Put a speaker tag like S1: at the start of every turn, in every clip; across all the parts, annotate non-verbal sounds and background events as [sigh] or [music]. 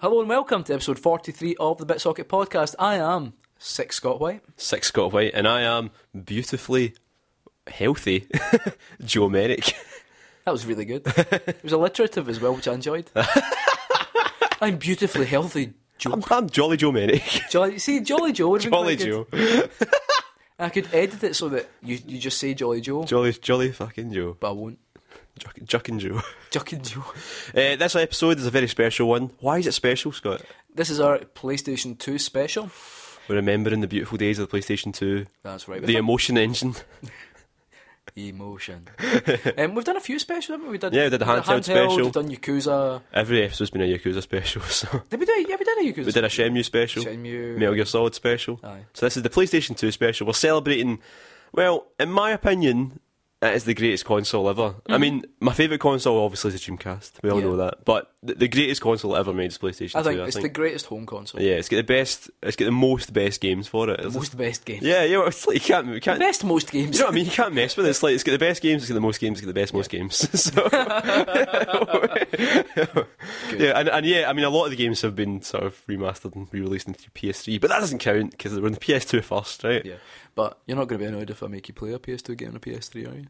S1: Hello and welcome to episode 43 of the BitSocket podcast. I am Six Scott White.
S2: Six Scott White, and I am beautifully healthy [laughs] Joe Merrick.
S1: That was really
S2: [laughs]
S1: good. it was alliterative as well, which I enjoyed. I'm beautifully healthy, Joe.
S2: I'm, I'm Jolly
S1: [laughs]
S2: Joe Merrick.
S1: Jolly, see, Jolly Joe would have been
S2: Jolly
S1: quite good.
S2: Joe.
S1: I could edit it so that you, you just say Jolly Joe,
S2: Jolly, jolly fucking Joe.
S1: but I won't.
S2: Juck, Juck and Joe. [laughs]
S1: Juckin' Joe.
S2: Uh, this episode is a very special one. Why is it special, Scott?
S1: This is our PlayStation 2 special.
S2: We're remembering the beautiful days of the PlayStation 2,
S1: That's right.
S2: the
S1: We've
S2: emotion engine.
S1: done
S2: [laughs]
S1: emotion. um, we've done a few specials, haven't we? we did,
S2: Yeah, we did the handheld special.
S1: We've done Yakuza.
S2: Every episode's been a Yakuza special, [laughs] so.
S1: Did we do? Yeah, we did a Yakuza.
S2: We did a Shenmue special,
S1: Shenmue.
S2: Metal Gear Solid special.
S1: Aye.
S2: So this is the PlayStation 2 special. We're celebrating, well, in my opinion, it is the greatest console ever. I mean, my favourite console obviously is the Dreamcast. We all
S1: Mm-hmm. Yeah.
S2: know that. But th- the greatest console ever made is PlayStation
S1: I think
S2: 2, I
S1: it's
S2: think.
S1: the greatest home console.
S2: yeah, it's got the best, it's got the most best games for it. It's-
S1: Most best game.
S2: yeah, yeah, well, it's like you can't, you can't,
S1: Best most games.
S2: you know what I mean? You can't mess with it. It's like, it's got the best games, it's got the most games, it's got the best most games. [laughs] so, yeah, and, and yeah, I mean, a lot of the games have been sort of remastered and re released into PS3, but that doesn't count because they were on the PS2 first, right?
S1: [laughs] Yeah, but you're not going to be annoyed if I make you play a PS2 game and a PS3, are you?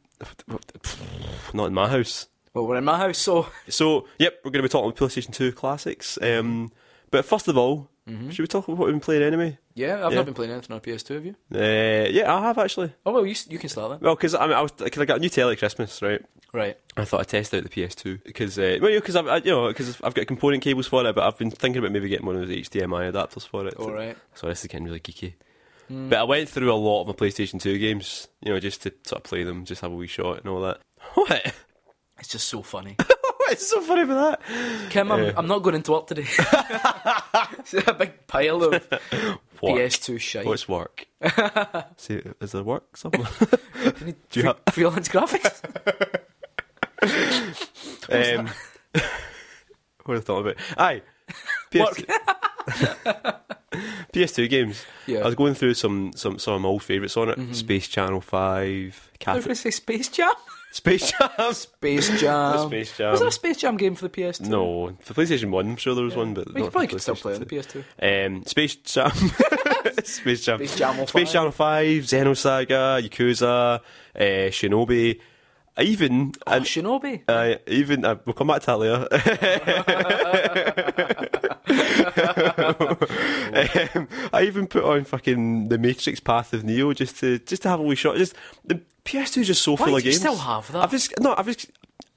S2: Not in my house.
S1: Well, we're in my house, so [laughs]
S2: So, yep, we're going to be talking PlayStation 2 classics. Um, but first of all, should we talk about what we've been playing anyway?
S1: yeah, I've
S2: Yeah.
S1: not been playing anything on PS2, have you?
S2: Uh, yeah, I have actually.
S1: Oh well, you s- you can start that.
S2: Well, because I mean, I was cause I got a new telly at Christmas, right?
S1: Right.
S2: I thought I'd test out the PS2 because uh, well, you know, because I've I, you know because I've got component cables for it, but I've been thinking about maybe getting one of those HDMI adapters for it.
S1: All right.
S2: So this is getting really geeky.
S1: Mm.
S2: But I went through a lot of my PlayStation 2 games, you know, just to sort of play them, just have a wee shot and all that. [laughs] What?
S1: It's just so funny,
S2: it's so funny for that.
S1: [laughs] Kim. I'm, I'm not going into work
S2: [laughs]
S1: today. it's a big pile of
S2: Work.
S1: PS2 shite. [laughs]
S2: What's work? See, is there work somewhere?
S1: Do [laughs] you need
S2: Do you
S1: fre-
S2: have-
S1: freelance graphics?
S2: [laughs] um, [laughs] what I thought about? Aye,
S1: Work.
S2: PS- [laughs] PS2 games.
S1: Yeah. Mm-hmm.
S2: I was going through some some some of my old favourites on it. Space Channel Five,
S1: I was
S2: Cat-
S1: going to say Space Jam.
S2: Space
S1: [laughs]
S2: Jam.
S1: Space Jam.
S2: Space Jam.
S1: Was there a Space Jam game for the PS2?
S2: No, for PlayStation One, I'm sure there was one, but
S1: Well, you
S2: not
S1: probably
S2: for
S1: could still
S2: PlayStation
S1: play on
S2: 2.
S1: the PS2.
S2: Um, Space
S1: [laughs]
S2: Jam. Space Jam.
S1: Space Jam
S2: Space
S1: 05.
S2: Jam 5, Xenosaga, Yakuza, uh, Shinobi. I even.
S1: Oh,
S2: and,
S1: Shinobi.
S2: I even. Uh, we'll come back to
S1: [laughs]
S2: that later. um, I even put on fucking The Matrix Path of Neo just to just to have a wee shot. Just The PS2 is just so
S1: Why
S2: full
S1: do
S2: of
S1: you
S2: games.
S1: still have that?
S2: I've just. No, I've just.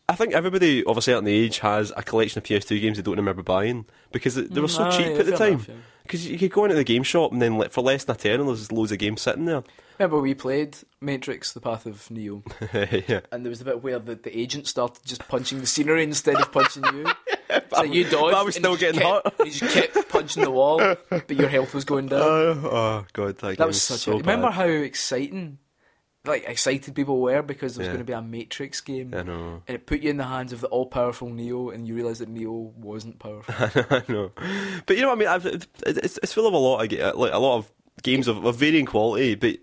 S2: I think everybody of a certain age has a collection of PS2 games they don't remember buying because they they were so
S1: Mm, aye,
S2: cheap at the
S1: fair
S2: time.
S1: enough, yeah.
S2: Because you could go into the game shop and then like, for less than a tenner, there's loads of games sitting there. [laughs]
S1: Remember we played Matrix: The Path of Neo,
S2: yeah.
S1: and there was the bit where the, the agent started just punching the scenery instead of punching
S2: [laughs]
S1: you. It's like you dodged,
S2: I was
S1: and
S2: still
S1: you just
S2: getting
S1: kept, You just kept punching the wall, but your health was going down.
S2: [laughs] Oh, oh god, that, game
S1: Uh, that was such
S2: so
S1: a. Remember
S2: bad.
S1: how exciting, like excited people were because there was
S2: Yeah.
S1: going to be a Matrix game.
S2: I know.
S1: And it put you in the hands of the all-powerful Neo, and you realised that Neo wasn't powerful.
S2: [laughs] I know, but you know what I mean. I've, it- it's, it's full of a lot of ga- like a lot of games of, of varying quality, but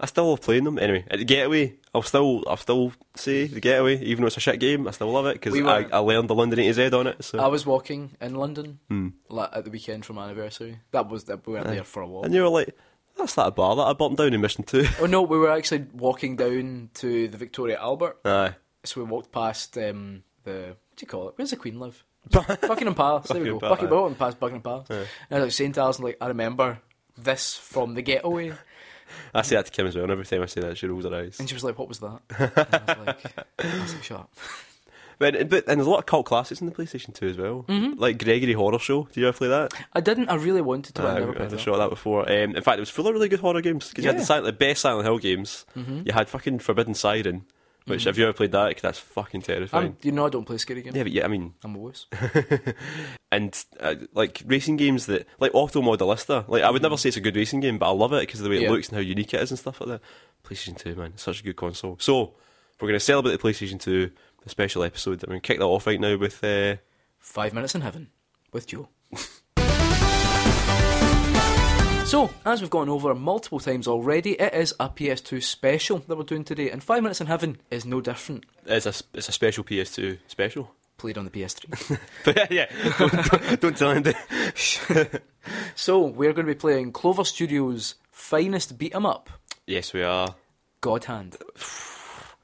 S2: I still love playing them anyway. The Getaway, I'll still I'll still say the Getaway, even though it's a shit game, I still love it because
S1: We were-
S2: I, I learned the London 80s Z on it. So
S1: I was walking in London
S2: Hmm.
S1: la at the weekend for my anniversary. That was that we were there for a walk.
S2: and you were like, that's that bar that I burnt down in Mission Two. [laughs]
S1: Oh no, we were actually walking down to the Victoria Albert.
S2: Aye,
S1: So we walked past um, the what do you call it? Where's the Queen live? Buckingham Palace. There we go. Buckingham
S2: [laughs] Buckingham Palace, aye.
S1: we walked past Buckingham Palace. And I was like saying to Alison, like, I remember this from the getaway.
S2: I say that to Kim as well, and every time I say that, she rolls her eyes.
S1: And she was like, What was that? And I was like, I was like Shut up.
S2: But, but and there's a lot of cult classics in the PlayStation 2 as well,
S1: Mm-hmm.
S2: like Gregory Horror Show. Did you ever play that?
S1: I didn't I really wanted to, but I
S2: I,
S1: never
S2: Um, I
S1: played
S2: had a
S1: that.
S2: shot at that before. Um, in fact, it was full of really good horror games because you had
S1: Yeah. Mm-hmm.
S2: the, silent, the best Silent Hill games. You had fucking Forbidden Siren, which if you ever played that, that's fucking terrifying.
S1: I'm, you know I don't play scary games.
S2: yeah, but yeah, I mean,
S1: I'm a wuss.
S2: and uh, like racing games that like Auto Modelista. Like I would never say it's a good racing game, but I love it because of the way
S1: Mm-hmm. Yeah.
S2: it looks and how unique it is and stuff like that. PlayStation Two, man, it's such a good console. So we're gonna celebrate the PlayStation Two, the special episode. I'm gonna kick that off right now with. Uh,
S1: Five Minutes in Heaven with
S2: [laughs]
S1: Joe. So, as we've gone over multiple times already, it is a PS2 special that we're doing today, and Five Minutes in Heaven is no different.
S2: it's a it's a special [laughs] PS2 special.
S1: played on the PS3.
S2: But yeah, [laughs] don't, don't, don't tell anybody.
S1: so we're going to be playing Clover Studios' finest beat 'em up,
S2: yes, we are.
S1: God Hand.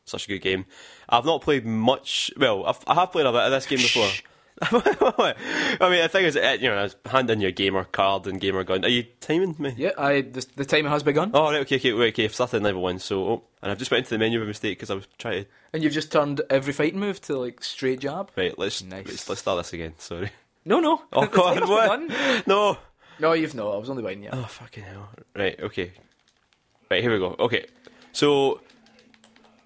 S2: Such a good game. I've not played much. Well, I've, I have played a bit of this
S1: [laughs]
S2: game before. [laughs] I mean, the thing is, eh, you know, hand in your gamer card and gamer gun. Are you timing me?
S1: Yeah, I the, the time has begun,
S2: Oh, right, okay, okay, wait, okay. I've started level one, so oh, and I've just went into the menu by mistake because I was trying to.
S1: and you've just turned every fighting move to like straight jab.
S2: Right, let's
S1: Nice.
S2: let's, let's start this again.
S1: [laughs]
S2: Sorry.
S1: No, no.
S2: Oh
S1: The
S2: God,
S1: time's
S2: what?
S1: begun.
S2: No.
S1: No, you've not. I was only waiting. Yeah.
S2: Oh fucking hell. Right, okay. Right, here we go. Okay. So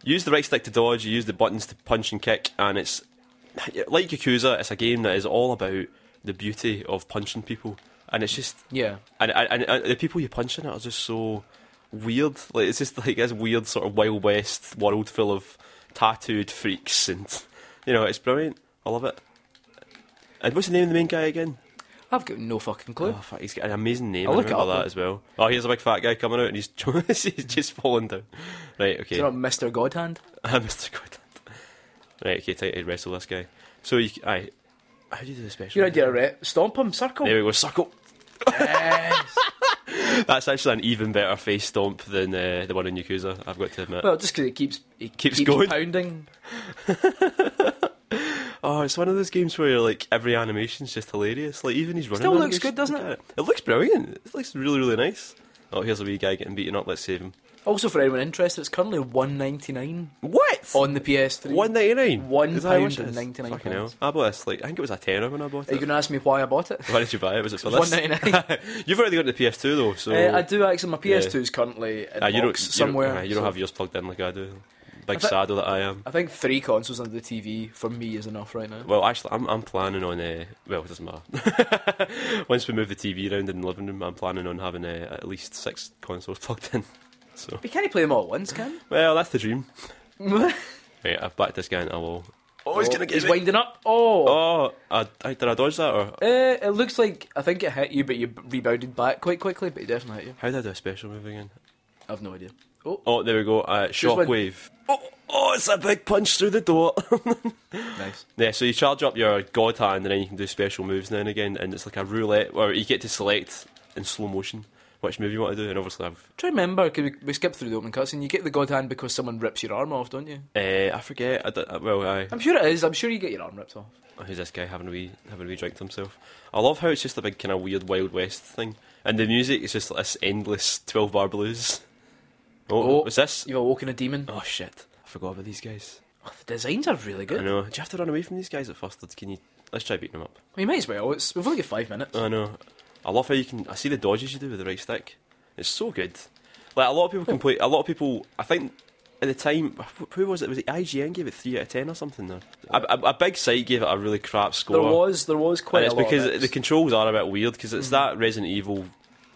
S2: use the right stick to dodge, you use the buttons to punch and kick, and it's like Yakuza, it's a game that is all about the beauty of punching people. And it's just
S1: Yeah.
S2: and and, and the people you're punching are just so weird. Like it's just like this weird sort of wild west world full of tattooed freaks and you know, it's brilliant. I love it. And what's the name of the main guy again?
S1: I've got no fucking clue.
S2: Oh, fuck, he's got an amazing name.
S1: I'll
S2: I
S1: look it
S2: remember
S1: up
S2: that
S1: then.
S2: as well. Oh, here's a big fat guy coming out, and he's [laughs] he's just falling down. Right, okay.
S1: You're
S2: [laughs]
S1: not Mr. Godhand.
S2: Ah, Mr. Quinton. Right, okay. Time to wrestle this guy. So, you, aye, how do you do the special?
S1: Your idea, right? Stomp him, circle.
S2: There we go. Circle.
S1: Yes.
S2: That's actually an even better face stomp than uh, the one in Yakuza. I've got to admit.
S1: well, just because it keeps it
S2: Keeps going.
S1: pounding.
S2: Oh, it's one of those games where like every animation's just hilarious. Like even he's running.
S1: Still
S2: on
S1: looks
S2: just
S1: good, doesn't
S2: look
S1: it?
S2: at It looks brilliant. It looks really, really nice. Oh, here's a wee guy getting beaten up. Let's save him.
S1: Also, for anyone interested, it's currently one ninety nine
S2: What?
S1: on the PS3.
S2: One eh? ninety nine.
S1: One pound and 99
S2: Fucking hell.
S1: pence.
S2: I bought this like I think it was a tenner when I bought
S1: Are you
S2: it.
S1: going to ask me why I bought it?
S2: Why did you buy it? Was it
S1: [laughs]
S2: for
S1: One
S2: this?
S1: ninety nine.
S2: [laughs] You've already got the PS2 though, so
S1: Uh, I do actually. My PS2 is currently in
S2: Oh. Ah, you don't
S1: box somewhere.
S2: You don't, ah, you don't
S1: so-
S2: have yours plugged in like I do. Big
S1: I thi-
S2: sado that I am.
S1: I think three consoles under the TV for me is enough right now.
S2: Well, actually, I'm I'm planning on uh, well, it doesn't matter. [laughs] Once we move the TV around in the living room, I'm planning on having uh, at least six consoles [laughs] plugged in. So
S1: We can't play them all at once, can?
S2: well, that's the dream. [laughs]
S1: we?
S2: Right, I've backed this guy into a wall. Oh, he's gonna get
S1: He's
S2: me.
S1: winding up. Oh.
S2: Oh, I, I, did I dodge that or
S1: Uh, it looks like I think it hit you, but you rebounded back quite quickly. But it definitely hit you.
S2: how did I do a special move again?
S1: I've no idea. [gasps] Oh,
S2: Oh, there we go. Uh,
S1: one.
S2: shockwave. Oh, oh, it's a big punch through the door. [laughs]
S1: nice.
S2: yeah, so you charge up your god hand and then you can do special moves now and again, and it's like a roulette where you get to select in slow motion which move you want to do. And obviously, I've
S1: Try to remember, 'cause we, we skip through the opening cutscene. You get the god hand because someone rips your arm off, don't you?
S2: uh, I forget. I don't- well, I, oh,
S1: I'm sure it is. I'm sure you get your arm ripped off.
S2: who's this guy having a wee having a wee drink to himself? I love how it's just a big kind of weird Wild West thing, and the music is just this endless twelve bar blues. Oh,
S1: Oh.
S2: what's this?
S1: You've awoken a demon.
S2: Oh shit! I forgot about these guys.
S1: Oh, the designs are really
S2: I
S1: good. Well,
S2: know. Do you have to run away from these guys at first? Or can you? Let's try beating them up.
S1: you might as well. It's, we've only got five minutes.
S2: I know. I love how you can. I see the dodges you do with the right stick. It's so good. Like a lot of people can play. A lot of people. I think at the time, wh- who was it? Was it IGN gave it three out of ten or something? There, a, a, a big site gave it a really crap score.
S1: there was there was quite
S2: and it's
S1: a lot. of Mm-hmm.
S2: because
S1: it.
S2: the controls are a bit weird because it's that Resident Evil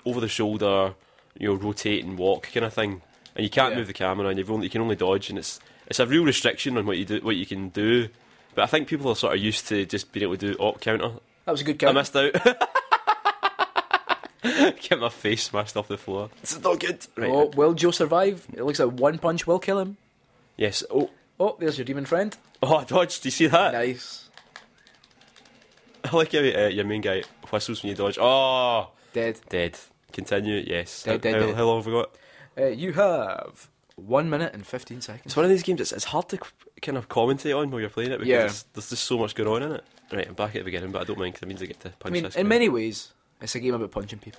S2: over the shoulder, you know, rotate and walk kind of thing, and you can't
S1: Yeah.
S2: move the camera and you've only, you can only dodge, and it's it's a real restriction on what you do, what you can do. But I think people are sort of used to just being able to do op counter
S1: that was a good
S2: I
S1: count.
S2: missed out. [laughs] Get my face smashed off the floor. This is not good. Right.
S1: Oh, will Joe survive? It looks like one punch will kill him.
S2: Yes. Oh.
S1: Oh, there's your demon friend.
S2: Oh, I dodged. Do you see that?
S1: Nice.
S2: [laughs] I like how uh, your main guy whistles when you dodge. Oh,
S1: Dead.
S2: dead. Continue. Yes.
S1: Dead,
S2: how,
S1: dead,
S2: how,
S1: dead.
S2: how long have we got?
S1: Uh, you have one minute and fifteen seconds.
S2: It's one of these games. It's, it's hard to c- kind of commentate on while you're playing it because
S1: Yeah.
S2: it's- there's just so much going on in it. Right. I'm back at the beginning, but I don't mind because it means I get to
S1: I
S2: punch
S1: mean,
S2: this.
S1: in
S2: guy.
S1: many ways, it's a game about punching
S2: [laughs]
S1: people.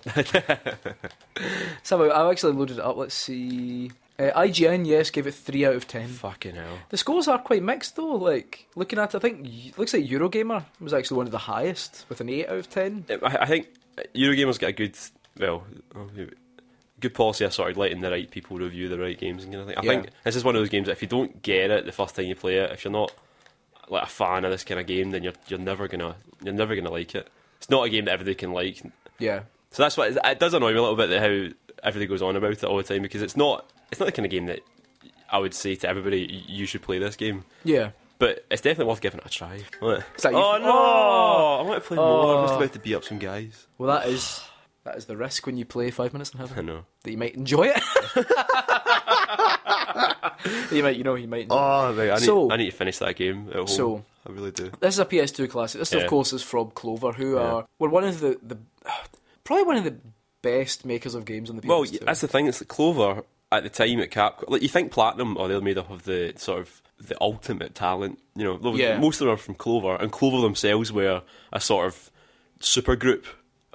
S1: so I've actually loaded it up. Let's see. Uh, IGN, yes, gave it three out of ten.
S2: Fucking hell.
S1: The scores are quite mixed though. Like looking at, it, I think y- looks like Eurogamer was actually one of the highest with an eight out of ten.
S2: I, I think Eurogamer's got a good, well, good policy of sort of letting the right people review the right games and kind of thing. I
S1: Yeah.
S2: think this is one of those games that if you don't get it the first time you play it, if you're not like a fan of this kind of game, then you're you're never gonna you're never gonna like it. It's not a game that everybody can like.
S1: Yeah,
S2: So that's why it does annoy me a little bit that how everybody goes on about it all the time because it's not it's not the kind of game that I would say to everybody "Y- you should play this game.
S1: yeah.
S2: But it's definitely worth giving it a try. What?
S1: It's like you-
S2: oh no!
S1: Oh!
S2: I want to play more. I'm just
S1: Oh.
S2: about to beat up some guys.
S1: Well, that is that is the risk when you play five minutes in
S2: I [laughs]
S1: heaven
S2: know.
S1: that you might enjoy it. [laughs] That you might, you know, you might. Enjoy
S2: Oh, right, I, need,
S1: So-
S2: I need to finish that game at home.
S1: So-
S2: I really do.
S1: This is a PS2 classic. This,
S2: Yeah.
S1: of course, is from Clover, who
S2: Yeah.
S1: are were one of the, the probably one of the best makers of games on the PS2.
S2: Well, that's the thing. It's like Clover at the time at Capcom. Like you think Platinum are they made up of the sort of the ultimate talent. You know, though
S1: Yeah.
S2: most of them are from Clover, and Clover themselves were a sort of super group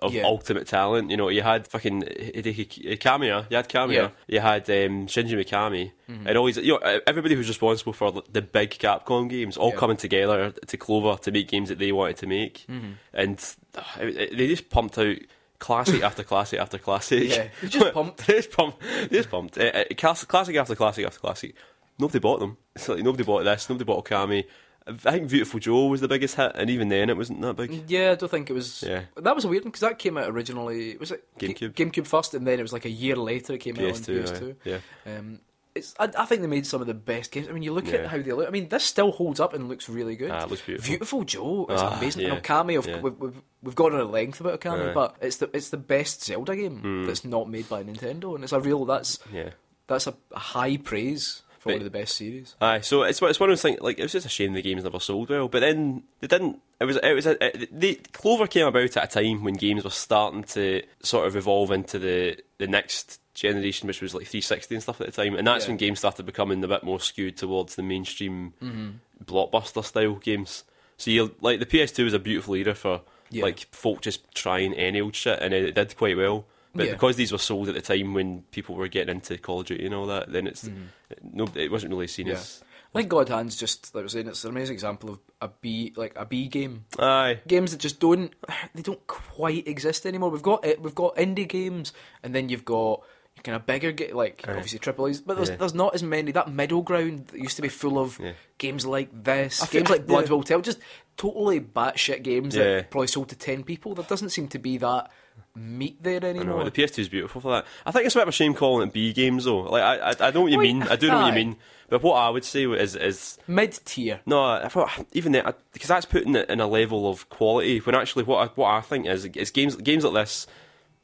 S2: of
S1: Yeah.
S2: ultimate talent. You know, you had fucking Hideki Kamiya, you had Kamiya,
S1: Yeah. Mm-hmm.
S2: you had um, Shinji Mikami, and all these. You know, e, everybody who's responsible for like, the big Capcom games all
S1: Yeah.
S2: coming together to Clover to make games that they wanted to make,
S1: Mm-hmm.
S2: and uh, it- it- they just pumped out. Classic [laughs] after classic after classic.
S1: Yeah, they just pumped.
S2: [laughs] they just pumped. They just pumped. Uh, uh, class- classic after classic after classic. Nobody bought them. It's like nobody bought this. Nobody bought Okami. I think Beautiful Joe was the biggest hit, and even then it wasn't that big.
S1: yeah, I don't think it was.
S2: Yeah.
S1: that was a weird one because that came out originally. Was it G-
S2: GameCube.
S1: GameCube first, and then it was like a year later it came
S2: PS2,
S1: out on PS2.
S2: yeah.
S1: Um, it's, I, I think they made some of the best games. I mean, you look at
S2: Yeah.
S1: how they look. I mean, this still holds up and looks really good.
S2: Ah, it looks beautiful.
S1: Joe is
S2: Ah,
S1: amazing.
S2: yeah,
S1: And Okami, of,
S2: yeah.
S1: we've, we've, we've gone on at length about Okami,
S2: Aye. Hmm.
S1: but it's the it's the best Zelda game that's not made by Nintendo, and it's a real that's
S2: Yeah.
S1: that's a a high praise for
S2: But-
S1: one of the best series.
S2: Aye, so it's one- it's one of those things. Like it was just a shame the games never sold well, but then they didn't. It was it was a, it, they, Clover came about at a time when games were starting to sort of evolve into the the next generation, which was like 360 and stuff at the time, and that's
S1: Yeah.
S2: when games started becoming a bit more skewed towards the mainstream
S1: Mm-hmm.
S2: blockbuster style games. So you like the PS2 was a beautiful era for
S1: Yeah.
S2: like folk just trying any old shit, and it did quite well. But
S1: Yeah.
S2: because these were sold at the time when people were getting into Call of Duty and all that, then it's
S1: Mm-hmm.
S2: no, it wasn't really seen
S1: Yeah.
S2: as
S1: I think God Hand's just like I was saying, it's an amazing example of a B like a B game.
S2: Aye.
S1: Games that just don't [sighs] they don't quite exist anymore. We've got it. We've got indie games, and then you've got kind of bigger ga- like
S2: Aye.
S1: obviously triple A's, but there's
S2: Yeah.
S1: there's not as many. That middle ground that used to be full of
S2: Yeah.
S1: games like this,
S2: I feel-
S1: games like Blood
S2: yeah.
S1: Will Tell, just totally batshit games
S2: Yeah.
S1: that probably sold to ten people. There doesn't seem to be that meat there
S2: I know,
S1: anymore.
S2: the PS2 is beautiful for that. I think it's a bit of a shame calling it B games though. Like I, I, I know what you
S1: Well,
S2: mean. I do know what you
S1: aye.
S2: mean. But what I would say is, is
S1: Mid tier.
S2: no, I thought even that because that's putting it in a level of quality. When actually, what I, what I think is, is games games like this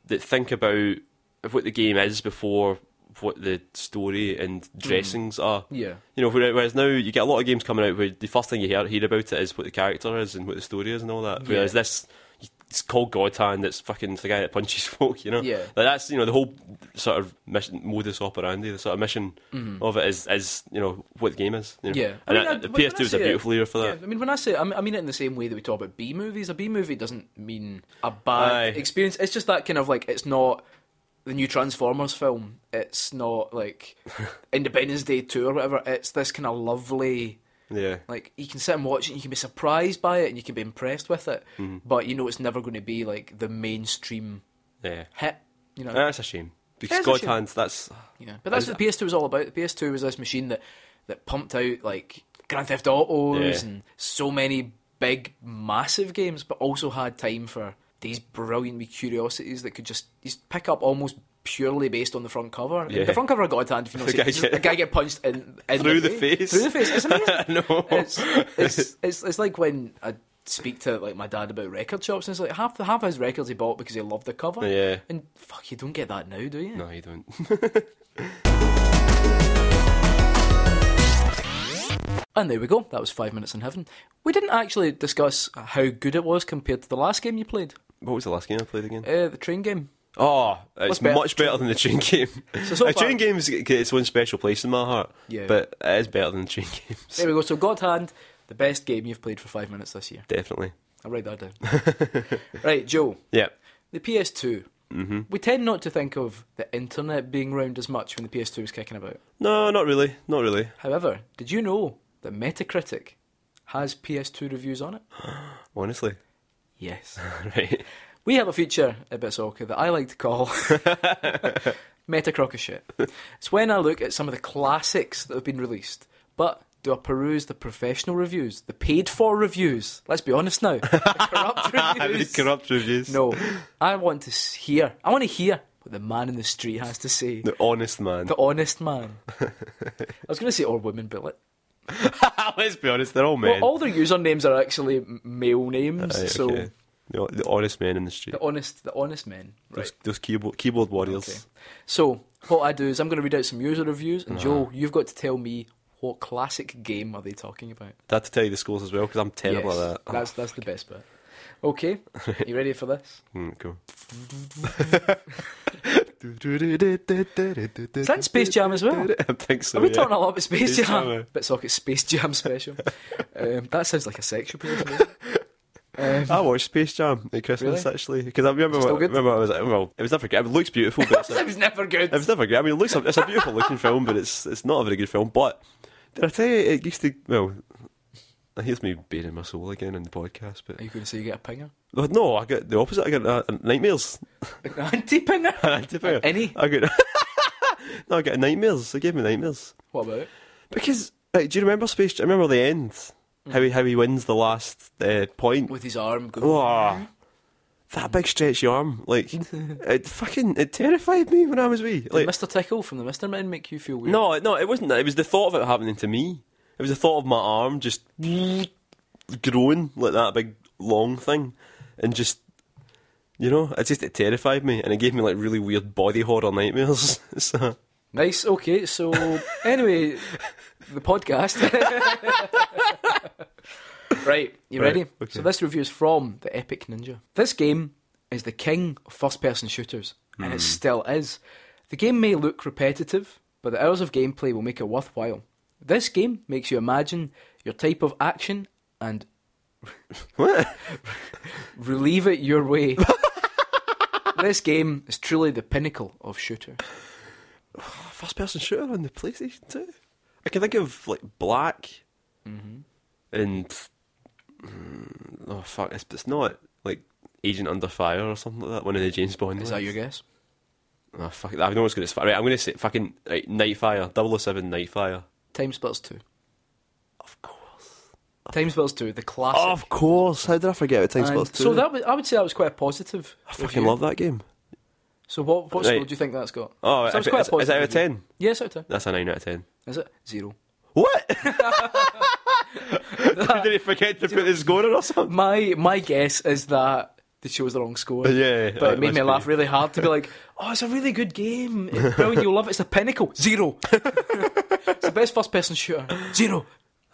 S2: that think about what the game is before what the story and dressings are.
S1: Mm. Yeah.
S2: You know, where- whereas now you get a lot of games coming out where the first thing you hear, hear about it is what the character is and what the story is and all that. Whereas
S1: Yeah.
S2: this, it's called God Hand. It's fucking it's the guy that punches [laughs] folk. You know,
S1: Yeah.
S2: Like that's you know the whole sort of mission, modus operandi, the sort of mission
S1: Mm-hmm.
S2: of it is is you know what the game is. You know?
S1: Yeah. I
S2: and
S1: mean, I-
S2: that- the
S1: when I
S2: PS2 is a
S1: say it-
S2: beautiful era for that.
S1: Yeah, I mean, when I say I mean, I mean it in the same way that we talk about B movies. A B movie doesn't mean a bad
S2: Aye.
S1: experience. It's just that kind of like it's not the new Transformers film. It's not like Independence Day two or whatever. It's this kind of lovely.
S2: Yeah,
S1: Like you can sit and watch it, and you can be surprised by it, and you can be impressed with it. But you know it's never going to be like the mainstream
S2: yeah.
S1: hit. You know,
S2: And that's a shame because
S1: It's a
S2: God
S1: shame.
S2: Hand. That's
S1: yeah, but that's what the PS2 was all about. The PS2 was this machine that that pumped out like Grand Theft Autos
S2: Yeah.
S1: and so many big, massive games, but also had time for these brilliant wee curiosities that could just, just pick up almost purely based on the front cover. And
S2: Yeah.
S1: The front cover of God Hand, if you know,
S2: [laughs] The
S1: the
S2: guy
S1: guy,
S2: get-
S1: a guy get punched in, in
S2: Through the
S1: the,
S2: face.
S1: through the face. It's
S2: [laughs]
S1: amazing
S2: I know.
S1: it's, it's it's it's like when I speak to like my dad about record shops, and it's like half half his records he bought because he loved the cover.
S2: Yeah.
S1: and fuck, you don't get that now, do you?
S2: No, you don't. [laughs]
S1: And there we go. That was five minutes in heaven. We didn't actually discuss how good it was compared to the last game you played,
S2: What was the last game I played again?
S1: uh, the train game.
S2: Oh,
S1: What's
S2: it's
S1: better?
S2: much better than the train game.
S1: [laughs] So, so
S2: the
S1: far-
S2: train game's got its own special place in my heart.
S1: Yeah.
S2: But it is better than the train [laughs] games.
S1: There we go. So God Hand, the best game you've played for five minutes this year.
S2: Definitely.
S1: I'll write that down. [laughs] right, Joe.
S2: Yeah.
S1: The PS2. Mm-hmm. We tend not to think of the internet being round as much when the PS2 was kicking about.
S2: No, not really. Not really.
S1: However, did you know that Metacritic has PS2 reviews on it?
S2: Honestly. [laughs]
S1: Yes. [laughs]
S2: right.
S1: We have a feature at Bitsoka that I like to [laughs] call Metacrock of Shit. It's when I look at some of the classics that have been released, but do I peruse the professional reviews, the paid for reviews? Let's be honest now. [laughs] The corrupt
S2: Having
S1: reviews.
S2: corrupt reviews.
S1: No, I want to s- hear. I want to hear what the man in the street has to say.
S2: The honest man.
S1: The honest man. I was going to say or woman, but like,
S2: [laughs] Let's be honest, they're all men.
S1: well, all their usernames are actually m- male names,
S2: Right,
S1: so
S2: okay. the, the honest men in the street.
S1: the honest, the honest men. Right.
S2: Those, those keyboard, keyboard warriors.
S1: Uh-huh. Okay. So what I do is I'm going to read out some user reviews, and Joe, you've got to tell me what classic game are they talking about?
S2: I had to tell you the scores as well because I'm terrible
S1: Yes,
S2: at that.
S1: That's that's the best bit. Okay, you ready for this?
S2: Mm, cool.
S1: [laughs] Is that in Space Jam as well?
S2: [laughs] I think so.
S1: Are we
S2: yeah.
S1: talking a lot about Space
S2: Space
S1: Jam?
S2: Jam, eh?
S1: Bit socket Space Jam [laughs] special. um, that sounds like a sexual position. [laughs] doesn't it? Um,
S2: I watched Space Jam at Christmas
S1: Really?
S2: actually because I remember.
S1: Still
S2: When,
S1: good?
S2: remember I was like, well, it was never good. I mean, It looks beautiful, but it's
S1: that was never good.
S2: It was never good. I mean, it looks it's a beautiful looking film, but it's it's not a very good film. But did I tell you it used to? Well, here's me beating my soul again in the podcast, but
S1: Are you going to say you get a pinger? [laughs]
S2: but no, I got the opposite. I got uh, nightmares.
S1: An anti
S2: [laughs]
S1: pinger?
S2: Anti-power.
S1: Any?
S2: I got [laughs] no, I got nightmares. They gave me nightmares
S1: What about it?
S2: because like, do you remember Space? Jam? remember the end? How he how he wins the last uh, point.
S1: Hmm. With Mm-hmm. his arm going.
S2: Oh, that big stretchy arm,
S1: [laughs]
S2: like it fucking it terrified me when I was wee.
S1: Did
S2: Like
S1: Mr. Tickle from the Mr. Men make you feel weird?
S2: No, no, it wasn't that. It was the thought of it happening to me. It was the thought of my arm just growing like that big long thing, and just you know, it just it terrified me, and it gave me like really weird body horror nightmares. [laughs] so
S1: Nice, okay, so
S2: [laughs]
S1: anyway, the podcast. right, you
S2: Right,
S1: ready?
S2: okay.
S1: So this review is from the Epic Ninja. This game is the king of first person shooters, and it
S2: Hmm.
S1: still is. The game may look repetitive, but the hours of gameplay will make it worthwhile. This game makes you imagine your type of action and
S2: [laughs] what?
S1: [laughs] relieve it your
S2: [laughs]
S1: way. this game is truly the pinnacle of shooter.
S2: First person shooter on the PlayStation Two. I can think of like Black
S1: Mm-hmm.
S2: and mm, oh fuck, it's, it's not like Agent Under Fire or something like that. One of the James Bond.
S1: Is that
S2: ones.
S1: your guess?
S2: Oh, fuck it. I know it's going to... Right, I'm going to say fucking right, Nightfire. 007 Nightfire.
S1: Time Splits 2.
S2: Of course.
S1: Time Splits 2, the classic.
S2: Of course. How did I forget about Oh, Time
S1: And
S2: Splits 2?
S1: So that was, I would say that was quite a positive.
S2: I fucking
S1: review.
S2: love that game.
S1: So what what score
S2: Right.
S1: do you think that's got?
S2: Oh,
S1: so
S2: if it- is- is it out of
S1: review.
S2: 10?
S1: Yes, out of ten.
S2: That's a 9 out of 10.
S1: Is it zero?
S2: What? [laughs] did he forget to put his score in or something?
S1: My my guess is that they chose the wrong score.
S2: [laughs] Yeah,
S1: but
S2: it
S1: it made
S2: must
S1: me
S2: be.
S1: laugh really hard to be like, [laughs] oh, it's a really good game.
S2: [laughs]
S1: It's brilliant, you'll love it. It's the pinnacle. Zero. [laughs] it's the best first person shooter. Zero.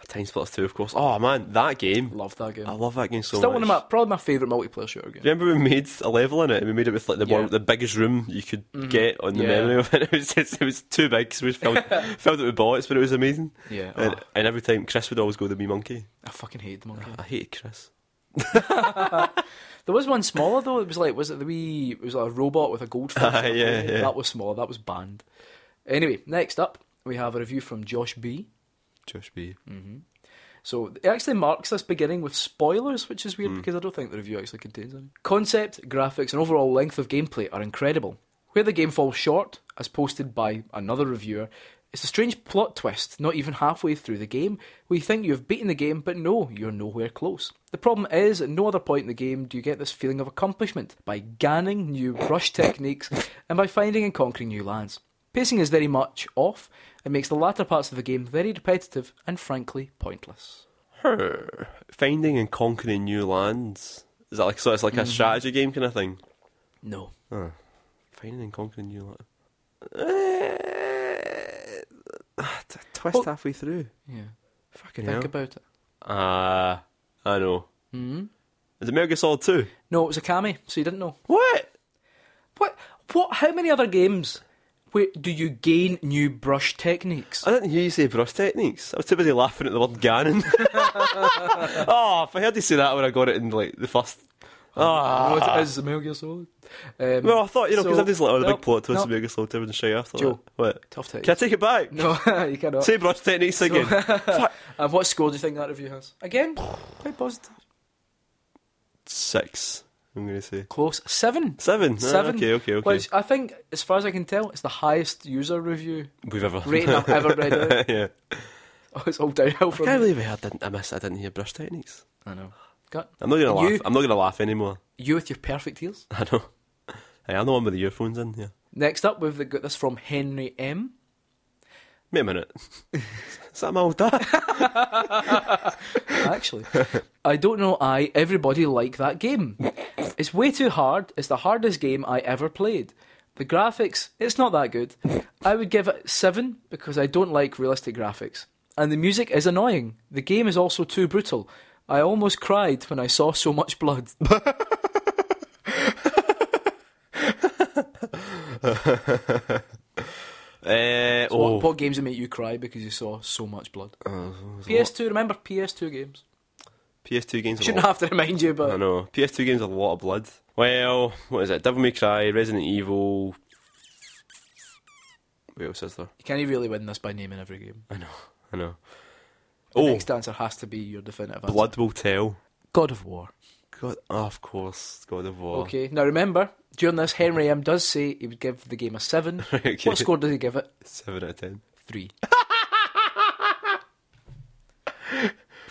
S2: Time Splits 2, of course. Oh, man, that game.
S1: Love that game.
S2: I love that game so
S1: Still
S2: much.
S1: one of my probably my favourite multiplayer shooter game.
S2: Do you remember we made a level in it and we made it with like the
S1: Yeah. Mm-hmm.
S2: one, the biggest room you could get on the
S1: Yeah.
S2: memory of it. [laughs] It was, just, it was too big, so we
S1: [laughs]
S2: just filled, filled it with bullets, but it was amazing.
S1: Yeah,
S2: And,
S1: oh.
S2: and every time Chris would always go the me monkey.
S1: I fucking hate the monkey.
S2: I hated Chris.
S1: There was one smaller though. It was like was it the wee? It was like a robot with a goldfish.
S2: Ah,
S1: on a
S2: [laughs] yeah,
S1: plate.
S2: yeah.
S1: That was smaller. That was banned. Anyway, next up we have a review from Josh B.
S2: Josh B.
S1: So it actually marks this beginning with spoilers, which is weird because I don't think the review actually contains any. Concept, graphics, and overall length of gameplay are incredible. Where the game falls short, as posted by another reviewer, is a strange plot twist not even halfway through the game where you think you have beaten the game, but no, you're nowhere close. The problem is, at no other point in the game do you get this feeling of accomplishment by ganning new brush techniques and by finding and conquering new lands. Pacing is very much off and makes the latter parts of the game very repetitive and frankly pointless.
S2: Her. Finding and conquering new lands. Is that like so? It's like
S1: Mm-hmm.
S2: a strategy game kind of thing.
S1: No.
S2: Huh. Finding and conquering new lands. Uh, twist
S1: Oh.
S2: halfway through.
S1: Yeah.
S2: Fucking
S1: Think
S2: hell.
S1: about it.
S2: Ah, I know.
S1: Hmm?
S2: Is it Metal Gear Solid 2?
S1: No, it was a kami, so you didn't know.
S2: What?
S1: What? What? How many other games where do you gain new brush techniques?
S2: I didn't hear you say brush techniques. I was too busy laughing at the
S1: [laughs]
S2: word Ganon. oh, if I heard you say that when I got it in like the first. Ah.
S1: No, it is the Metal Gear Solid. Um,
S2: Well, I thought you know because
S1: so-
S2: I'm just like oh, the
S1: no,
S2: big plot twist
S1: no.
S2: no. Metal Gear Solid Two and shit after
S1: Joe.
S2: that. What?
S1: Tough take.
S2: Can I take it
S1: [laughs]
S2: back?
S1: No, you cannot.
S2: Say brush techniques
S1: [laughs]
S2: again. Fuck.
S1: And what score do you think that review has? Again, quite positive.
S2: Six. I'm gonna say
S1: Close. Seven.
S2: seven. Ah,
S1: Seven.
S2: okay, okay, okay.
S1: Which I think, as far as I can tell, it's the highest user review
S2: We've ever.
S1: rating I've [laughs] ever read. out.
S2: [laughs] yeah.
S1: Oh, [laughs] it's all downhill
S2: I
S1: from.
S2: can't
S1: there.
S2: believe I, had- didn't, I missed. I didn't hear brush techniques.
S1: I know. God,
S2: I'm not gonna
S1: You-
S2: laugh. I'm not gonna laugh anymore.
S1: you with your perfect ears.
S2: [laughs] I know. Hey, I'm the one with the earphones in. Yeah.
S1: Next up, we've got this from Henry M.
S2: Wait a minute. [laughs] Is that my old dad? [laughs]
S1: [laughs] Actually, I don't know. I everybody like that game. It's way too hard. It's the hardest game I ever played. The graphics, it's not that good. I would give it seven because I don't like realistic graphics. and the music is annoying. The game is also too brutal. I almost cried when I saw so much blood. [laughs]
S2: Uh,
S1: So
S2: oh,
S1: what, what games that make you cry because you saw so much blood?
S2: Uh,
S1: PS2, remember PS2 games?
S2: PS2 games. Are a
S1: [laughs] Shouldn't have to remind you,
S2: lot. I
S1: but
S2: know. PS2 games are a lot of blood. Well, what is it? Devil May Cry, Resident Evil. What else is there?
S1: you can't really win this by naming every game.
S2: I know. I know.
S1: The
S2: Oh,
S1: next answer has to be your definitive answer.
S2: Blood Will Tell.
S1: God of War.
S2: God, oh, of course, God of War.
S1: Okay, now remember, during this, Henry M does say he would give the game a 7.
S2: [laughs] okay.
S1: What score does he give it?
S2: Seven out of ten.
S1: 3.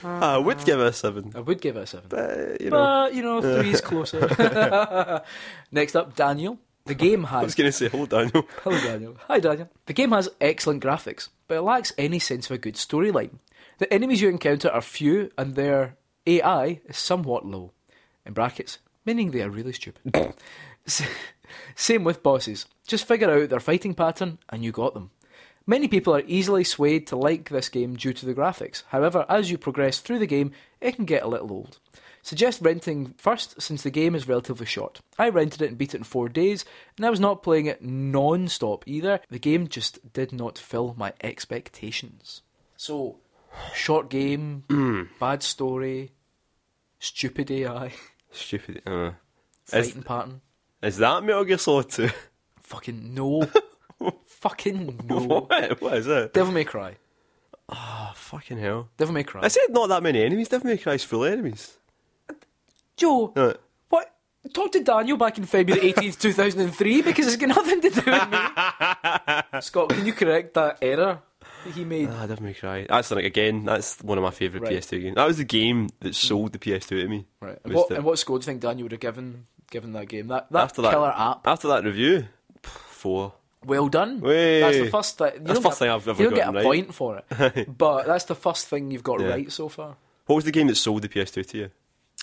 S2: I would give it a seven,
S1: I would give it a 7.
S2: but you know,
S1: But, you know, 3 is
S2: [laughs]
S1: closer. [laughs] next up, Daniel. The game
S2: I
S1: has
S2: was going to say, hold Daniel.
S1: Hello, Daniel. Hi, Daniel. The game has excellent graphics, but it lacks any sense of a good storyline. The enemies you encounter are few, and their AI is somewhat low. In brackets, meaning they are really stupid. S- Same with bosses. Just figure out their fighting pattern, and you got them. Many people are easily swayed to like this game due to the graphics. However, as you progress through the game, it can get a little old. Suggest renting first since the game is relatively short. I rented it and beat it in four days, and I was not playing it non stop either. The game just did not fill my expectations. So, short game, bad story, stupid AI,
S2: [laughs] Stupid. Uh, is,
S1: fighting pattern.
S2: is that Metal Gear Solid [laughs] 2?
S1: Fucking
S2: [laughs]
S1: no. Fucking no.
S2: what? What is it?
S1: Devil May Cry.
S2: Oh, fucking hell.
S1: Devil May Cry.
S2: I said not that many enemies. Devil May Cry's full of enemies.
S1: Joe,
S2: Uh,
S1: What? Talk to Daniel back in February 18th, 2003, because it's got nothing to do with me.
S2: [laughs]
S1: Scott, can you correct that error that he made?
S2: ah, Devil May Cry. That's like again. That's one of my favourite
S1: Right.
S2: PS2 games. That was the game that sold the PS2 to me.
S1: Right.
S2: Was
S1: And what,
S2: the-
S1: and what score do you think Daniel would have given given that game? That, that
S2: After that-
S1: killer app.
S2: After that review, pff, four.
S1: Well done.
S2: Way.
S1: That's the first thing. You
S2: That's
S1: don't
S2: the first
S1: get-
S2: thing I've ever
S1: You don't get a
S2: gotten right.
S1: point for it,
S2: [laughs]
S1: but that's the first thing you've got
S2: Yeah.
S1: right so far.
S2: What was the game that sold the PS2 to you?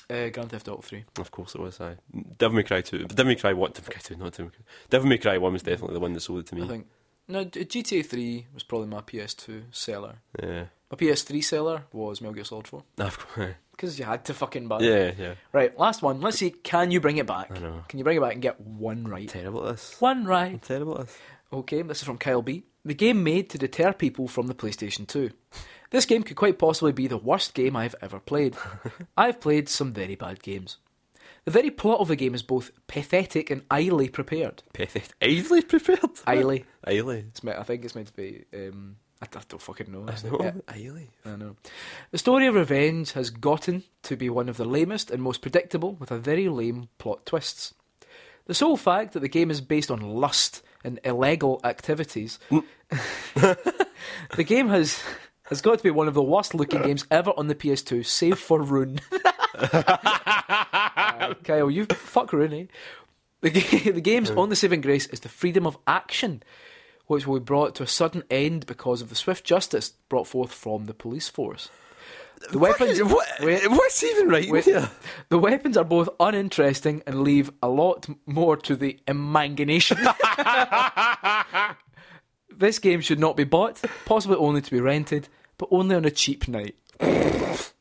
S1: Uh, Grand Theft Auto 3.
S2: Of course it was. I Devil May Cry two. But Devil May Cry what? Devil May Cry two. Not Devil May Cry. Devil May Cry one was definitely the one that sold it to
S1: I
S2: me.
S1: think. No, D- GTA 3 was probably my PS2 seller.
S2: Yeah.
S1: My PS3 seller was Metal Gear Solid 4.
S2: Of course. [laughs]
S1: Because you had to fucking buy it.
S2: Yeah, yeah.
S1: Right, last one. Let's see. Can you bring it back?
S2: I know.
S1: Can you bring it back and get one right?
S2: Terrible at this.
S1: One right.
S2: Terrible at this.
S1: Okay, this is from Kyle B. The game made to deter people from the PlayStation 2. This game could quite possibly be the worst game I've ever played.
S2: [laughs]
S1: I've played some very bad games. The very plot of the game is both pathetic and illy prepared.
S2: Pathetic. Idly prepared.
S1: Illy.
S2: Idly.
S1: It's meant, I think it's meant to be. Um, I, I don't fucking know. It's
S2: No.
S1: like-
S2: Idly.
S1: I know. The story of revenge has gotten to be one of the lamest and most predictable, with a very lame plot twists. The sole fact that the game is based on lust and illegal activities, [laughs] the game has has got to be one of the worst looking games ever on the PS2, save for Rune. [laughs] Aye, Kyle, you fuck Rune. eh? The, ga- the game's only saving grace is the freedom of action, which will be brought to a sudden end because of the swift justice brought forth from the police force. The weapons,
S2: What,
S1: Wait.
S2: what's even right
S1: Wait.
S2: here? [laughs]
S1: the weapons are both uninteresting and leave a lot m- more to the
S2: [laughs]
S1: imagination. this game should not be bought, possibly only to be rented, but only on a cheap night. Does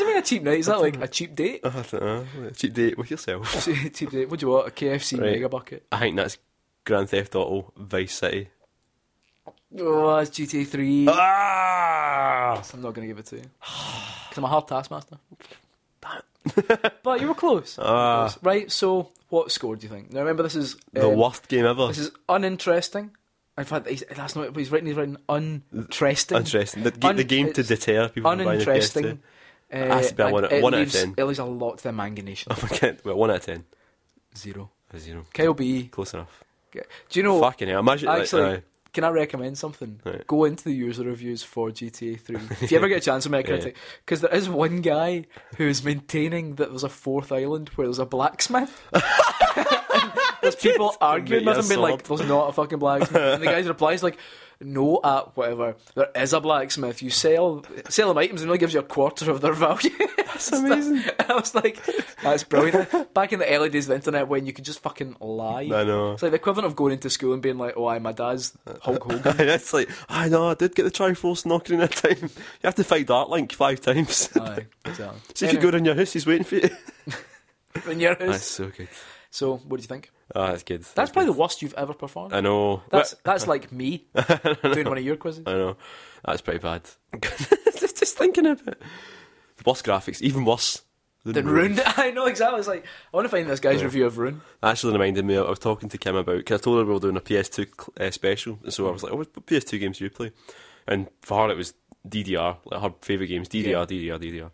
S1: it mean a cheap night? Is that like a cheap date? [laughs]
S2: I don't know. Cheap date with yourself.
S1: cheap date. What do you want? A KFC
S2: Right.
S1: mega bucket?
S2: I think that's Grand Theft Auto Vice City.
S1: Oh, it's GTA 3.
S2: Uh. Ah!
S1: I'm not going to give it to you. Because I'm a hard
S2: [laughs]
S1: taskmaster. but you were close. You were
S2: Ah.
S1: close. Right, so what score do you think? Now remember, this is.
S2: The
S1: um,
S2: worst game ever.
S1: This is uninteresting. In fact, he's, that's not what he's written. He's written uninteresting.
S2: Interesting. The, ga-
S1: Un-
S2: the game to
S1: it's
S2: deter people from buying the PS2.
S1: uninteresting.
S2: It has to be a
S1: and
S2: one-
S1: it
S2: one out of
S1: leaves,
S2: ten.
S1: It leaves a lot to the manganation.
S2: Oh, [laughs] I can't. Well, 1 out of 10.
S1: [laughs] Zero.
S2: A zero.
S1: Kyle B.
S2: Close enough.
S1: Do you know?
S2: Fucking hell. Imagine. like,
S1: Oh. actually,
S2: aye.
S1: can I recommend something?
S2: Right.
S1: Go into the user reviews for GTA
S2: [laughs]
S1: 3. If you ever get a chance to make a
S2: Yeah.
S1: critic, because there is one guy who is maintaining that there's a fourth island where there's a
S2: [laughs]
S1: blacksmith. And there's people arguing
S2: Make
S1: with
S2: you
S1: him, being
S2: a
S1: like, "There's not a fucking blacksmith." And the guy's replies like, no at whatever. There is a blacksmith. You sell sell them items and it only gives you a quarter of their value. [laughs] [laughs] That's
S2: amazing.
S1: I was like, that's brilliant. Back in the early days of the internet when you could just fucking lie.
S2: I
S1: [laughs]
S2: know.
S1: It's like the equivalent of going into school and being like, oh, I my dad's Hulk
S2: [laughs]
S1: Hogan.
S2: it's like, I know, I did get the Triforce knocking in that time. You have to fight Dartlink five times. [laughs]
S1: Aye, exactly.
S2: See if you go down your house, he's waiting for you. [laughs]
S1: go in your house.
S2: That's so good.
S1: So, what do you think?
S2: Ah, that's good.
S1: That's probably the worst you've ever performed.
S2: I know.
S1: That's that's like
S2: [laughs]
S1: me doing one of your quizzes.
S2: I know. That's pretty
S1: [laughs]
S2: bad. [laughs] just, just thinking of it. The bus graphics, even worse. than
S1: Then
S2: Rune.
S1: ruined. [laughs] I know exactly. It's like I want to find this guy's review of Rune.
S2: Actually reminded me, I was talking to Kim about, because I told her we were doing a PS2 cl- uh, special, and so I was like, oh, what what PS2 games do you play? And for her it was DDR, like her favourite games, DDR, DDR, DDR,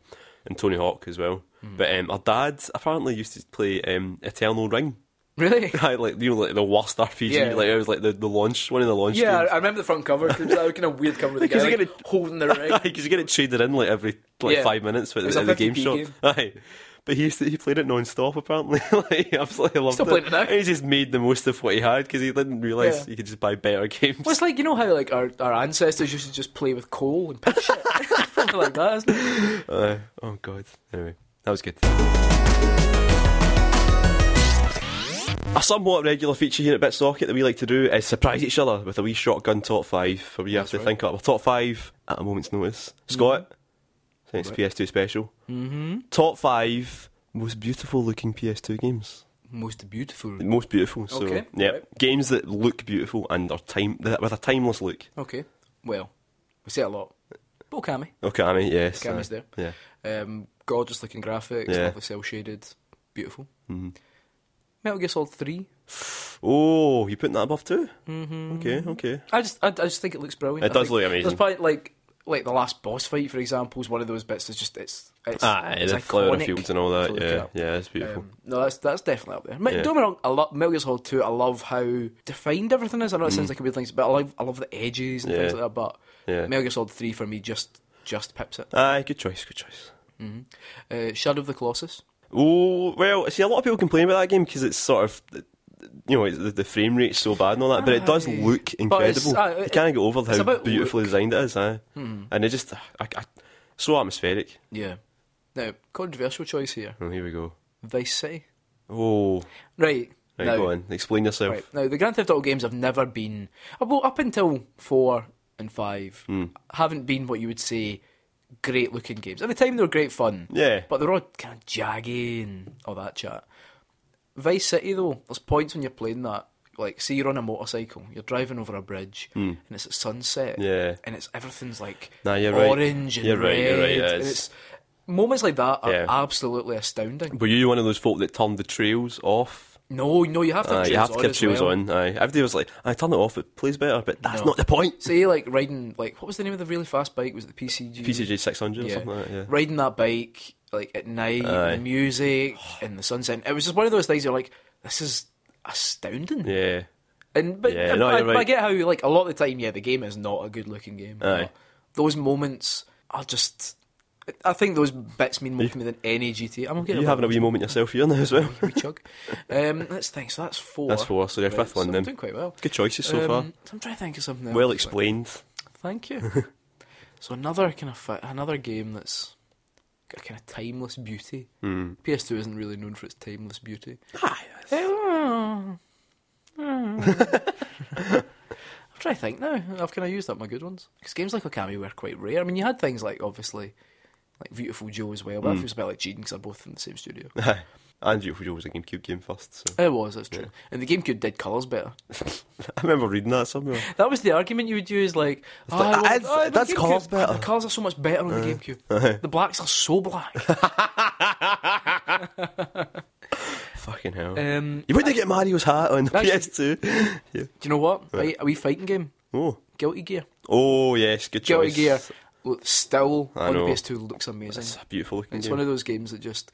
S2: and Tony Hawk as well.
S1: Hmm.
S2: But um, her dad apparently used to play um, Eternal Ring. [laughs]
S1: Really?
S2: Right, like you know, like the worst RPG.
S1: Yeah.
S2: Like it was like the, the launch, one of the launch.
S1: Yeah, I
S2: games.
S1: I remember the front cover. 'cause It was that kind of weird cover
S2: [laughs]
S1: with the guy
S2: Because you
S1: like, holding
S2: [laughs]
S1: the ring.
S2: because you get it traded in like every like
S1: Yeah.
S2: five minutes with
S1: It was
S2: at
S1: a
S2: the game
S1: 50p
S2: shop.
S1: game.
S2: [laughs] Aye. But he used to, he played it non-stop apparently. [laughs] like, he absolutely loved
S1: Still
S2: it.
S1: playing it now.
S2: And he just made the most of what he had because he didn't realise
S1: Yeah.
S2: he could just buy better [laughs] games.
S1: Well, it's like you know how like our, our ancestors used to just play with coal and pitch shit, [laughs] Something like that. isn't it?
S2: Aye. oh god. Anyway, that was good. A somewhat regular feature here at BitSocket that we like to do is surprise each other with a wee shotgun top five, where we have to
S1: right.
S2: think up a top five at a moment's notice. Scott,
S1: Mm-hmm.
S2: since PS2 special, mm-hmm. top five most beautiful looking PS2 games.
S1: Most
S2: [laughs]
S1: beautiful.
S2: Most beautiful. So,
S1: Okay,
S2: yeah,
S1: right.
S2: games that look beautiful and are time that- with a timeless look.
S1: Okay. Well, we say it a lot. But Okami,
S2: Okami, yes.
S1: Okami's
S2: aye.
S1: there.
S2: Yeah.
S1: Um, gorgeous looking graphics,
S2: Yeah. Mm-hmm.
S1: lovely cell shaded, beautiful. Metal Gear Solid Three.
S2: Oh, you putting that above too? Mm-hmm. Okay, okay.
S1: I just, I, I just think it looks brilliant.
S2: It
S1: I
S2: does
S1: think
S2: look amazing.
S1: There's probably like, like the last boss fight, for example, is one of those bits that's just it's, it's,
S2: Ah,
S1: it's
S2: the flower
S1: iconic
S2: fields and all
S1: to
S2: that.
S1: look
S2: Yeah,
S1: at.
S2: yeah, it's beautiful.
S1: Um, no, that's that's definitely up there. Ma-
S2: Yeah.
S1: Don't get me wrong, I love Metal Gear Solid 2. I love how defined everything is. I know it sounds like a weird thing, but I love I love the edges and things
S2: Mm. Yeah.
S1: like that. But
S2: Yeah.
S1: Metal Gear Solid 3 for me just just pips it.
S2: Aye, good choice, good choice.
S1: Uh, Shadow of the Colossus.
S2: Oh well, see, a lot of people complain about that game because it's sort of, you know, it's, the, the frame rate's so bad and all that, but it does
S1: Aye.
S2: look
S1: But it's-
S2: incredible.
S1: aye,
S2: you
S1: it-
S2: can't get over
S1: it's
S2: how
S1: about Hmm.
S2: beautifully designed it is, aye. And it just, I, I, so atmospheric.
S1: Yeah. Now controversial choice here.
S2: Oh, here we go.
S1: Vice City.
S2: Oh,
S1: Right.
S2: right,
S1: now,
S2: go on, explain yourself.
S1: Right. Now, the Grand Theft Auto games have never been, uh, well, up until four and five,
S2: Hmm.
S1: haven't been what you would say great looking games. At the time, they were great fun.
S2: Yeah.
S1: But they're all kind of jaggy and all that chat. Vice City, though, there's points when you're playing that. Like, say you're on a motorcycle, you're driving over a bridge, and it's at sunset,
S2: Hmm. Yeah.
S1: and it's everything's like
S2: Nah, you're right.
S1: orange and
S2: You're
S1: red.
S2: right, you're right, yeah,
S1: and
S2: it's-
S1: it's, moments like that are
S2: Yeah.
S1: absolutely astounding.
S2: Were you one of those folk that turned the trails off?
S1: No, no, you have to.
S2: Aye,
S1: have
S2: you have to keep
S1: as
S2: trails
S1: well.
S2: on. Aye, everybody was like, "I turn it off, it plays better," but that's
S1: No.
S2: not the point.
S1: Say like riding like what was the name of the really fast bike? Was it the PCG?
S2: PCG six hundred or
S1: Yeah.
S2: something like that. Yeah.
S1: Riding that bike like at night,
S2: Aye.
S1: and the music and the sunset. It was just one of those things. You're like, this is astounding.
S2: Yeah.
S1: And but,
S2: Yeah,
S1: and
S2: no,
S1: I,
S2: you're right.
S1: I get how like a lot of the time, yeah, the game is not a good looking game.
S2: Aye.
S1: But Those moments are just. I think those bits mean more to me than any GTA. I'm
S2: Are
S1: getting
S2: you having
S1: [laughs]
S2: a wee moment yourself here now as well?
S1: wee chug. Um, let's think. So that's four.
S2: That's four, so your
S1: Right,
S2: fifth one
S1: so
S2: then.
S1: I'm doing quite well.
S2: Good choices so far.
S1: Um, so I'm trying to think of something.
S2: Well
S1: else.
S2: explained.
S1: Thank you. so another kind of fi- another game that's got a kind of timeless beauty.
S2: Mm.
S1: PS2 isn't really known for its timeless beauty. Eh, hmm. I'm Hmm. trying to think now. I've kind of used up my good ones because games like Okami were quite rare. I mean, you had things like obviously like Beautiful Joe as well, but I feels about like cheating because they're both from the same studio.
S2: and Beautiful Joe was a GameCube game first, so [laughs]
S1: It was, that's true. And the GameCube did colours better.
S2: I remember reading
S1: [laughs]
S2: that somewhere.
S1: That was the argument you would use, like, oh,
S2: like,
S1: I want-
S2: that's-
S1: oh, I want
S2: that's
S1: GameCube.
S2: colours better. Uh-huh.
S1: The colours are so much better on the GameCube. The blacks are so
S2: [laughs]
S1: black.
S2: Fucking hell.
S1: um,
S2: you wouldn't get Mario's hat on the
S1: Actually-
S2: PS2. [laughs] yeah.
S1: Do you know what? Right, a wee fighting game.
S2: Oh.
S1: Guilty Gear.
S2: Oh yes, good
S1: Guilty
S2: choice.
S1: Gear. Look, still
S2: I
S1: on
S2: know.
S1: the PS2 looks amazing.
S2: It's a beautiful looking
S1: It's
S2: game.
S1: one of those games that just.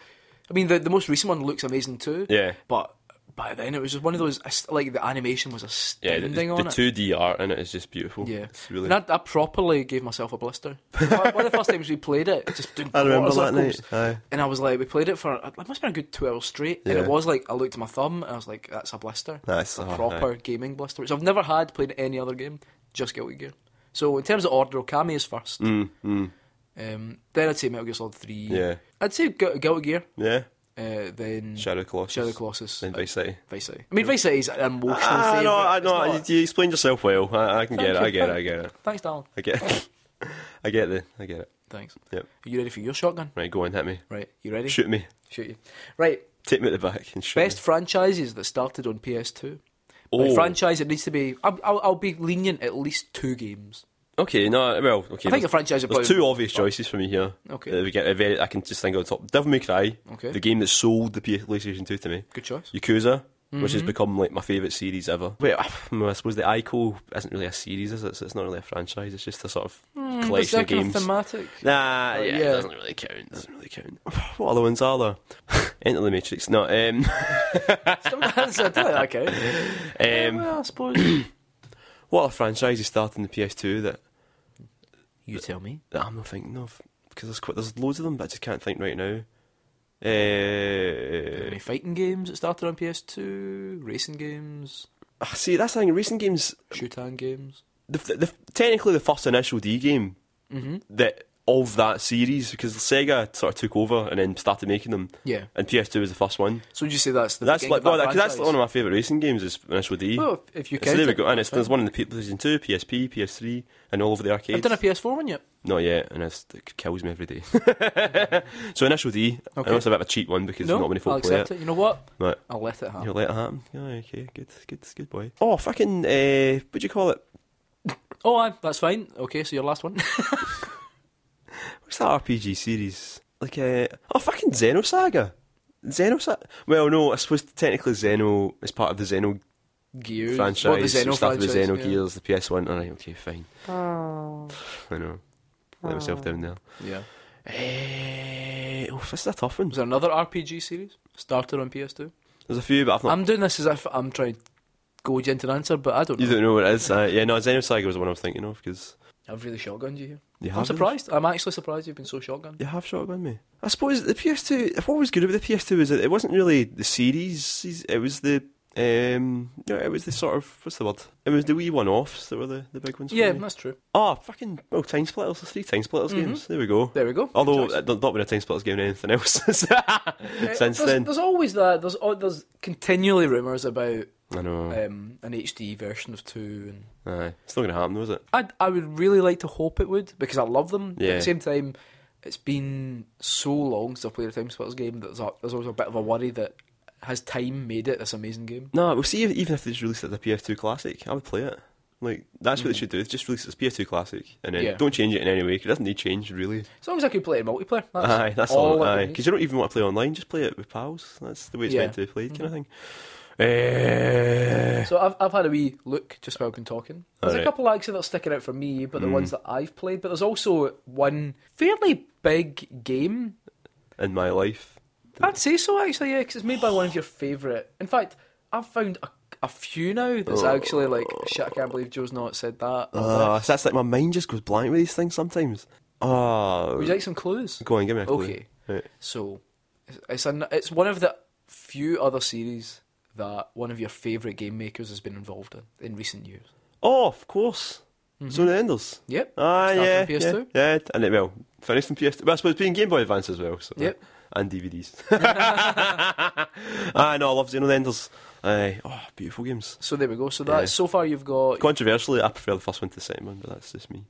S1: I mean, the the most recent one looks amazing too.
S2: Yeah.
S1: But by then it was just one of those. ast- Like the animation was
S2: yeah,
S1: astounding
S2: the, the,
S1: on it.
S2: 2D art in it is just beautiful.
S1: yeah,
S2: It's really
S1: and I, I properly gave myself a
S2: [laughs]
S1: blister. One of the first times we played it, just doing
S2: I remember
S1: quarter
S2: that night.
S1: circles.
S2: Aye.
S1: And I was like, we played it for it must have been a good two hours straight, and
S2: Yeah.
S1: it was like I looked at my thumb and I was like, that's a blister,
S2: That's
S1: a
S2: oh,
S1: proper gaming blister, which I've never had played any other game. just Guilty Gear. So in terms of order, Okami is first.
S2: Mm, mm,
S1: Um, then I'd say Metal Gear Solid Three.
S2: yeah.
S1: I'd say Gu- Guilty Gear.
S2: Yeah.
S1: Uh, then
S2: Shadow of the Colossus.
S1: Shadow of the Colossus.
S2: Then Vice City.
S1: Vice City. I mean, Vice City is an emotional
S2: Ah,
S1: favourite.
S2: no, I
S1: It's
S2: know.
S1: not-
S2: I- You explained yourself well. I, I can
S1: Thank
S2: get it.
S1: you.
S2: I get it. I get it.
S1: Thanks, Darling.
S2: I get. It. [laughs] I get the. I get it.
S1: Thanks.
S2: Yep.
S1: Are you ready for your shotgun?
S2: Right, go on, hit me.
S1: Right. You ready?
S2: Shoot me.
S1: Shoot you. Right.
S2: Take me at the back and shoot.
S1: Best franchises that started on PS2.
S2: me.
S1: By franchise, it needs to be. I'll, I'll, I'll be lenient. At least two games.
S2: Okay, no, well, okay.
S1: I think a
S2: there's,
S1: franchise.
S2: there's two obvious choices for me here.
S1: Okay.
S2: That we get a very, I can just think of the top. Devil May Cry,
S1: Okay.
S2: the game that sold the PlayStation 2 to me.
S1: Good choice.
S2: Yakuza, which
S1: Mm-hmm.
S2: has become like my favourite series ever. Wait, [sighs] I, I suppose the Ico isn't really a series, is it? So it's not really a franchise, it's just a sort of
S1: Mm,
S2: collection of games.
S1: thematic.
S2: Nah, yeah,
S1: yeah.
S2: it doesn't really count. Doesn't really count. [sighs] What other ones are there? [laughs] Enter the Matrix. No, um,
S1: okay.
S2: [laughs] um,
S1: well, I
S2: [clears throat]
S1: suppose.
S2: what other franchise is starting the PS2 that
S1: you tell me.
S2: that I'm not thinking of because there's quite, there's loads of them, but I just can't think right now. Eh, Uh,
S1: Any fighting games that started on PS2? Racing games?
S2: ah, see, that's the thing. Recent games,
S1: Shootan games?
S2: the, the, technically the first initial D game
S1: Mm-hmm.
S2: that of that series because Sega sort of took over and then started making them,
S1: Yeah.
S2: and PS2 was the first one.
S1: So would you say that's the
S2: that's
S1: beginning
S2: like
S1: of
S2: well,
S1: that
S2: that, 'cause that's
S1: franchise?
S2: one of my favourite racing games is Initial D.
S1: Well, if Oh, you
S2: so
S1: count
S2: there we
S1: it,
S2: go, and it's,
S1: that's
S2: there's one in the PlayStation 2, PSP, PS3, and all over the
S1: fine. I've
S2: arcades.
S1: done a PS4 one yet.
S2: Not yet, and it's, it kills me every day. [laughs] so Initial D, I
S1: Okay.
S2: know it's a bit of a cheat one because
S1: no,
S2: not many
S1: I'll
S2: folk play it.
S1: accept it. Ah. You know what?
S2: Right.
S1: I'll let it happen.
S2: You'll let it happen. "Uh-huh, Yeah, okay, good, good, good boy. Oh, fucking, uh, what do you call it?
S1: Oh, aye, that's fine. Okay, so your last one. [laughs]
S2: What's that RPG series? Like, uh, oh, fucking Xenosaga. Xenosaga. Well, no, I suppose technically Xeno is part of the Xeno
S1: Gears.
S2: franchise.
S1: Well, the Xeno
S2: which started with
S1: franchise,
S2: Xeno
S1: yeah. Oh.
S2: Gears, the PS1. All right, okay, fine. I know. Let
S1: Ah.
S2: myself down there.
S1: Yeah.
S2: Eh, oh, this is a tough one.
S1: Was there another RPG series started on PS2?
S2: There's a few, but I've not.
S1: I'm doing this as if I'm trying to goad you into an answer, but I don't know.
S2: you don't know what it is. Uh, yeah, no, Xenosaga was the one I was thinking of because
S1: I've really shotgunned you here.
S2: you have
S1: I'm
S2: it.
S1: surprised. I'm actually surprised you've been so shotgunned.
S2: You have shotgun me. I suppose the PS2. What was good about the PS2 is that it wasn't really the series. It was the um. No, it was the sort of what's the word? It was the wee one-offs that were the, the big ones. for
S1: Yeah,
S2: me.
S1: that's true.
S2: Oh, fucking well, time splitters. There's three time splitters
S1: Mhm.
S2: games. There we go.
S1: There we go. Good
S2: Although
S1: choice.
S2: uh, not not been a time splitters game or anything else [laughs] since
S1: Uh,
S2: since
S1: there's,
S2: then.
S1: there's always that. There's al- there's continually rumours about
S2: I know.
S1: um, an HD version of two, and
S2: Aye, it's not gonna happen, though, is it?
S1: I I would really like to hope it would because I love them. But at
S2: Yeah.
S1: the same time, it's been so long since I played a Time Splitters game that there's, a, there's always a bit of a worry that has time made it this amazing game.
S2: No, we'll see. If, even if they just released it as a PS2 classic, I would play it. Like that's what
S1: Mhm.
S2: they should do. Just release it as PS2 classic, and then
S1: Yeah.
S2: don't change it in any way. 'cause it doesn't need change really.
S1: As long as I could play it in multiplayer, that's
S2: aye, that's
S1: all.
S2: all.
S1: I
S2: aye,
S1: would need.
S2: because you don't even want to play online. Just play it with pals. That's the way it's
S1: Yeah. Mm-hmm.
S2: meant to be played, kind of thing. Eh,
S1: So I've, I've had a wee look just while I've been talking. There's a
S2: Alright. Mm.
S1: couple actually that are sticking out for me, but the ones that I've played. But there's also one fairly big game.
S2: in my life,
S1: I'd say so actually, yeah, because it's made by one of your favourite. In fact, I've found a, a few now that's actually like shit. I can't believe Joe's not said that. or
S2: Oh. Ah,
S1: this.
S2: so that's like my mind just goes blank with these things sometimes. Ah,
S1: Would you like some clues?
S2: go on, give me a clue.
S1: Okay.
S2: Right.
S1: So it's it's, an, it's one of the few other series that one of your favourite game makers has been involved in in recent years.
S2: Oh, of course.
S1: Mm-hmm.
S2: Zone of Enders.
S1: Yep.
S2: Ah,
S1: Started
S2: yeah,
S1: on PS2.
S2: yeah, yeah, and it well finished on PS2. Well, I suppose it's been Game Boy Advance as well. So,
S1: Yep.
S2: and DVDs. [laughs] ah, no, I love Zone of Enders. Aye, oh, beautiful games.
S1: So there we go. So that
S2: Yeah.
S1: so far you've got
S2: Controversially, I prefer the first one to the second one, but that's just me.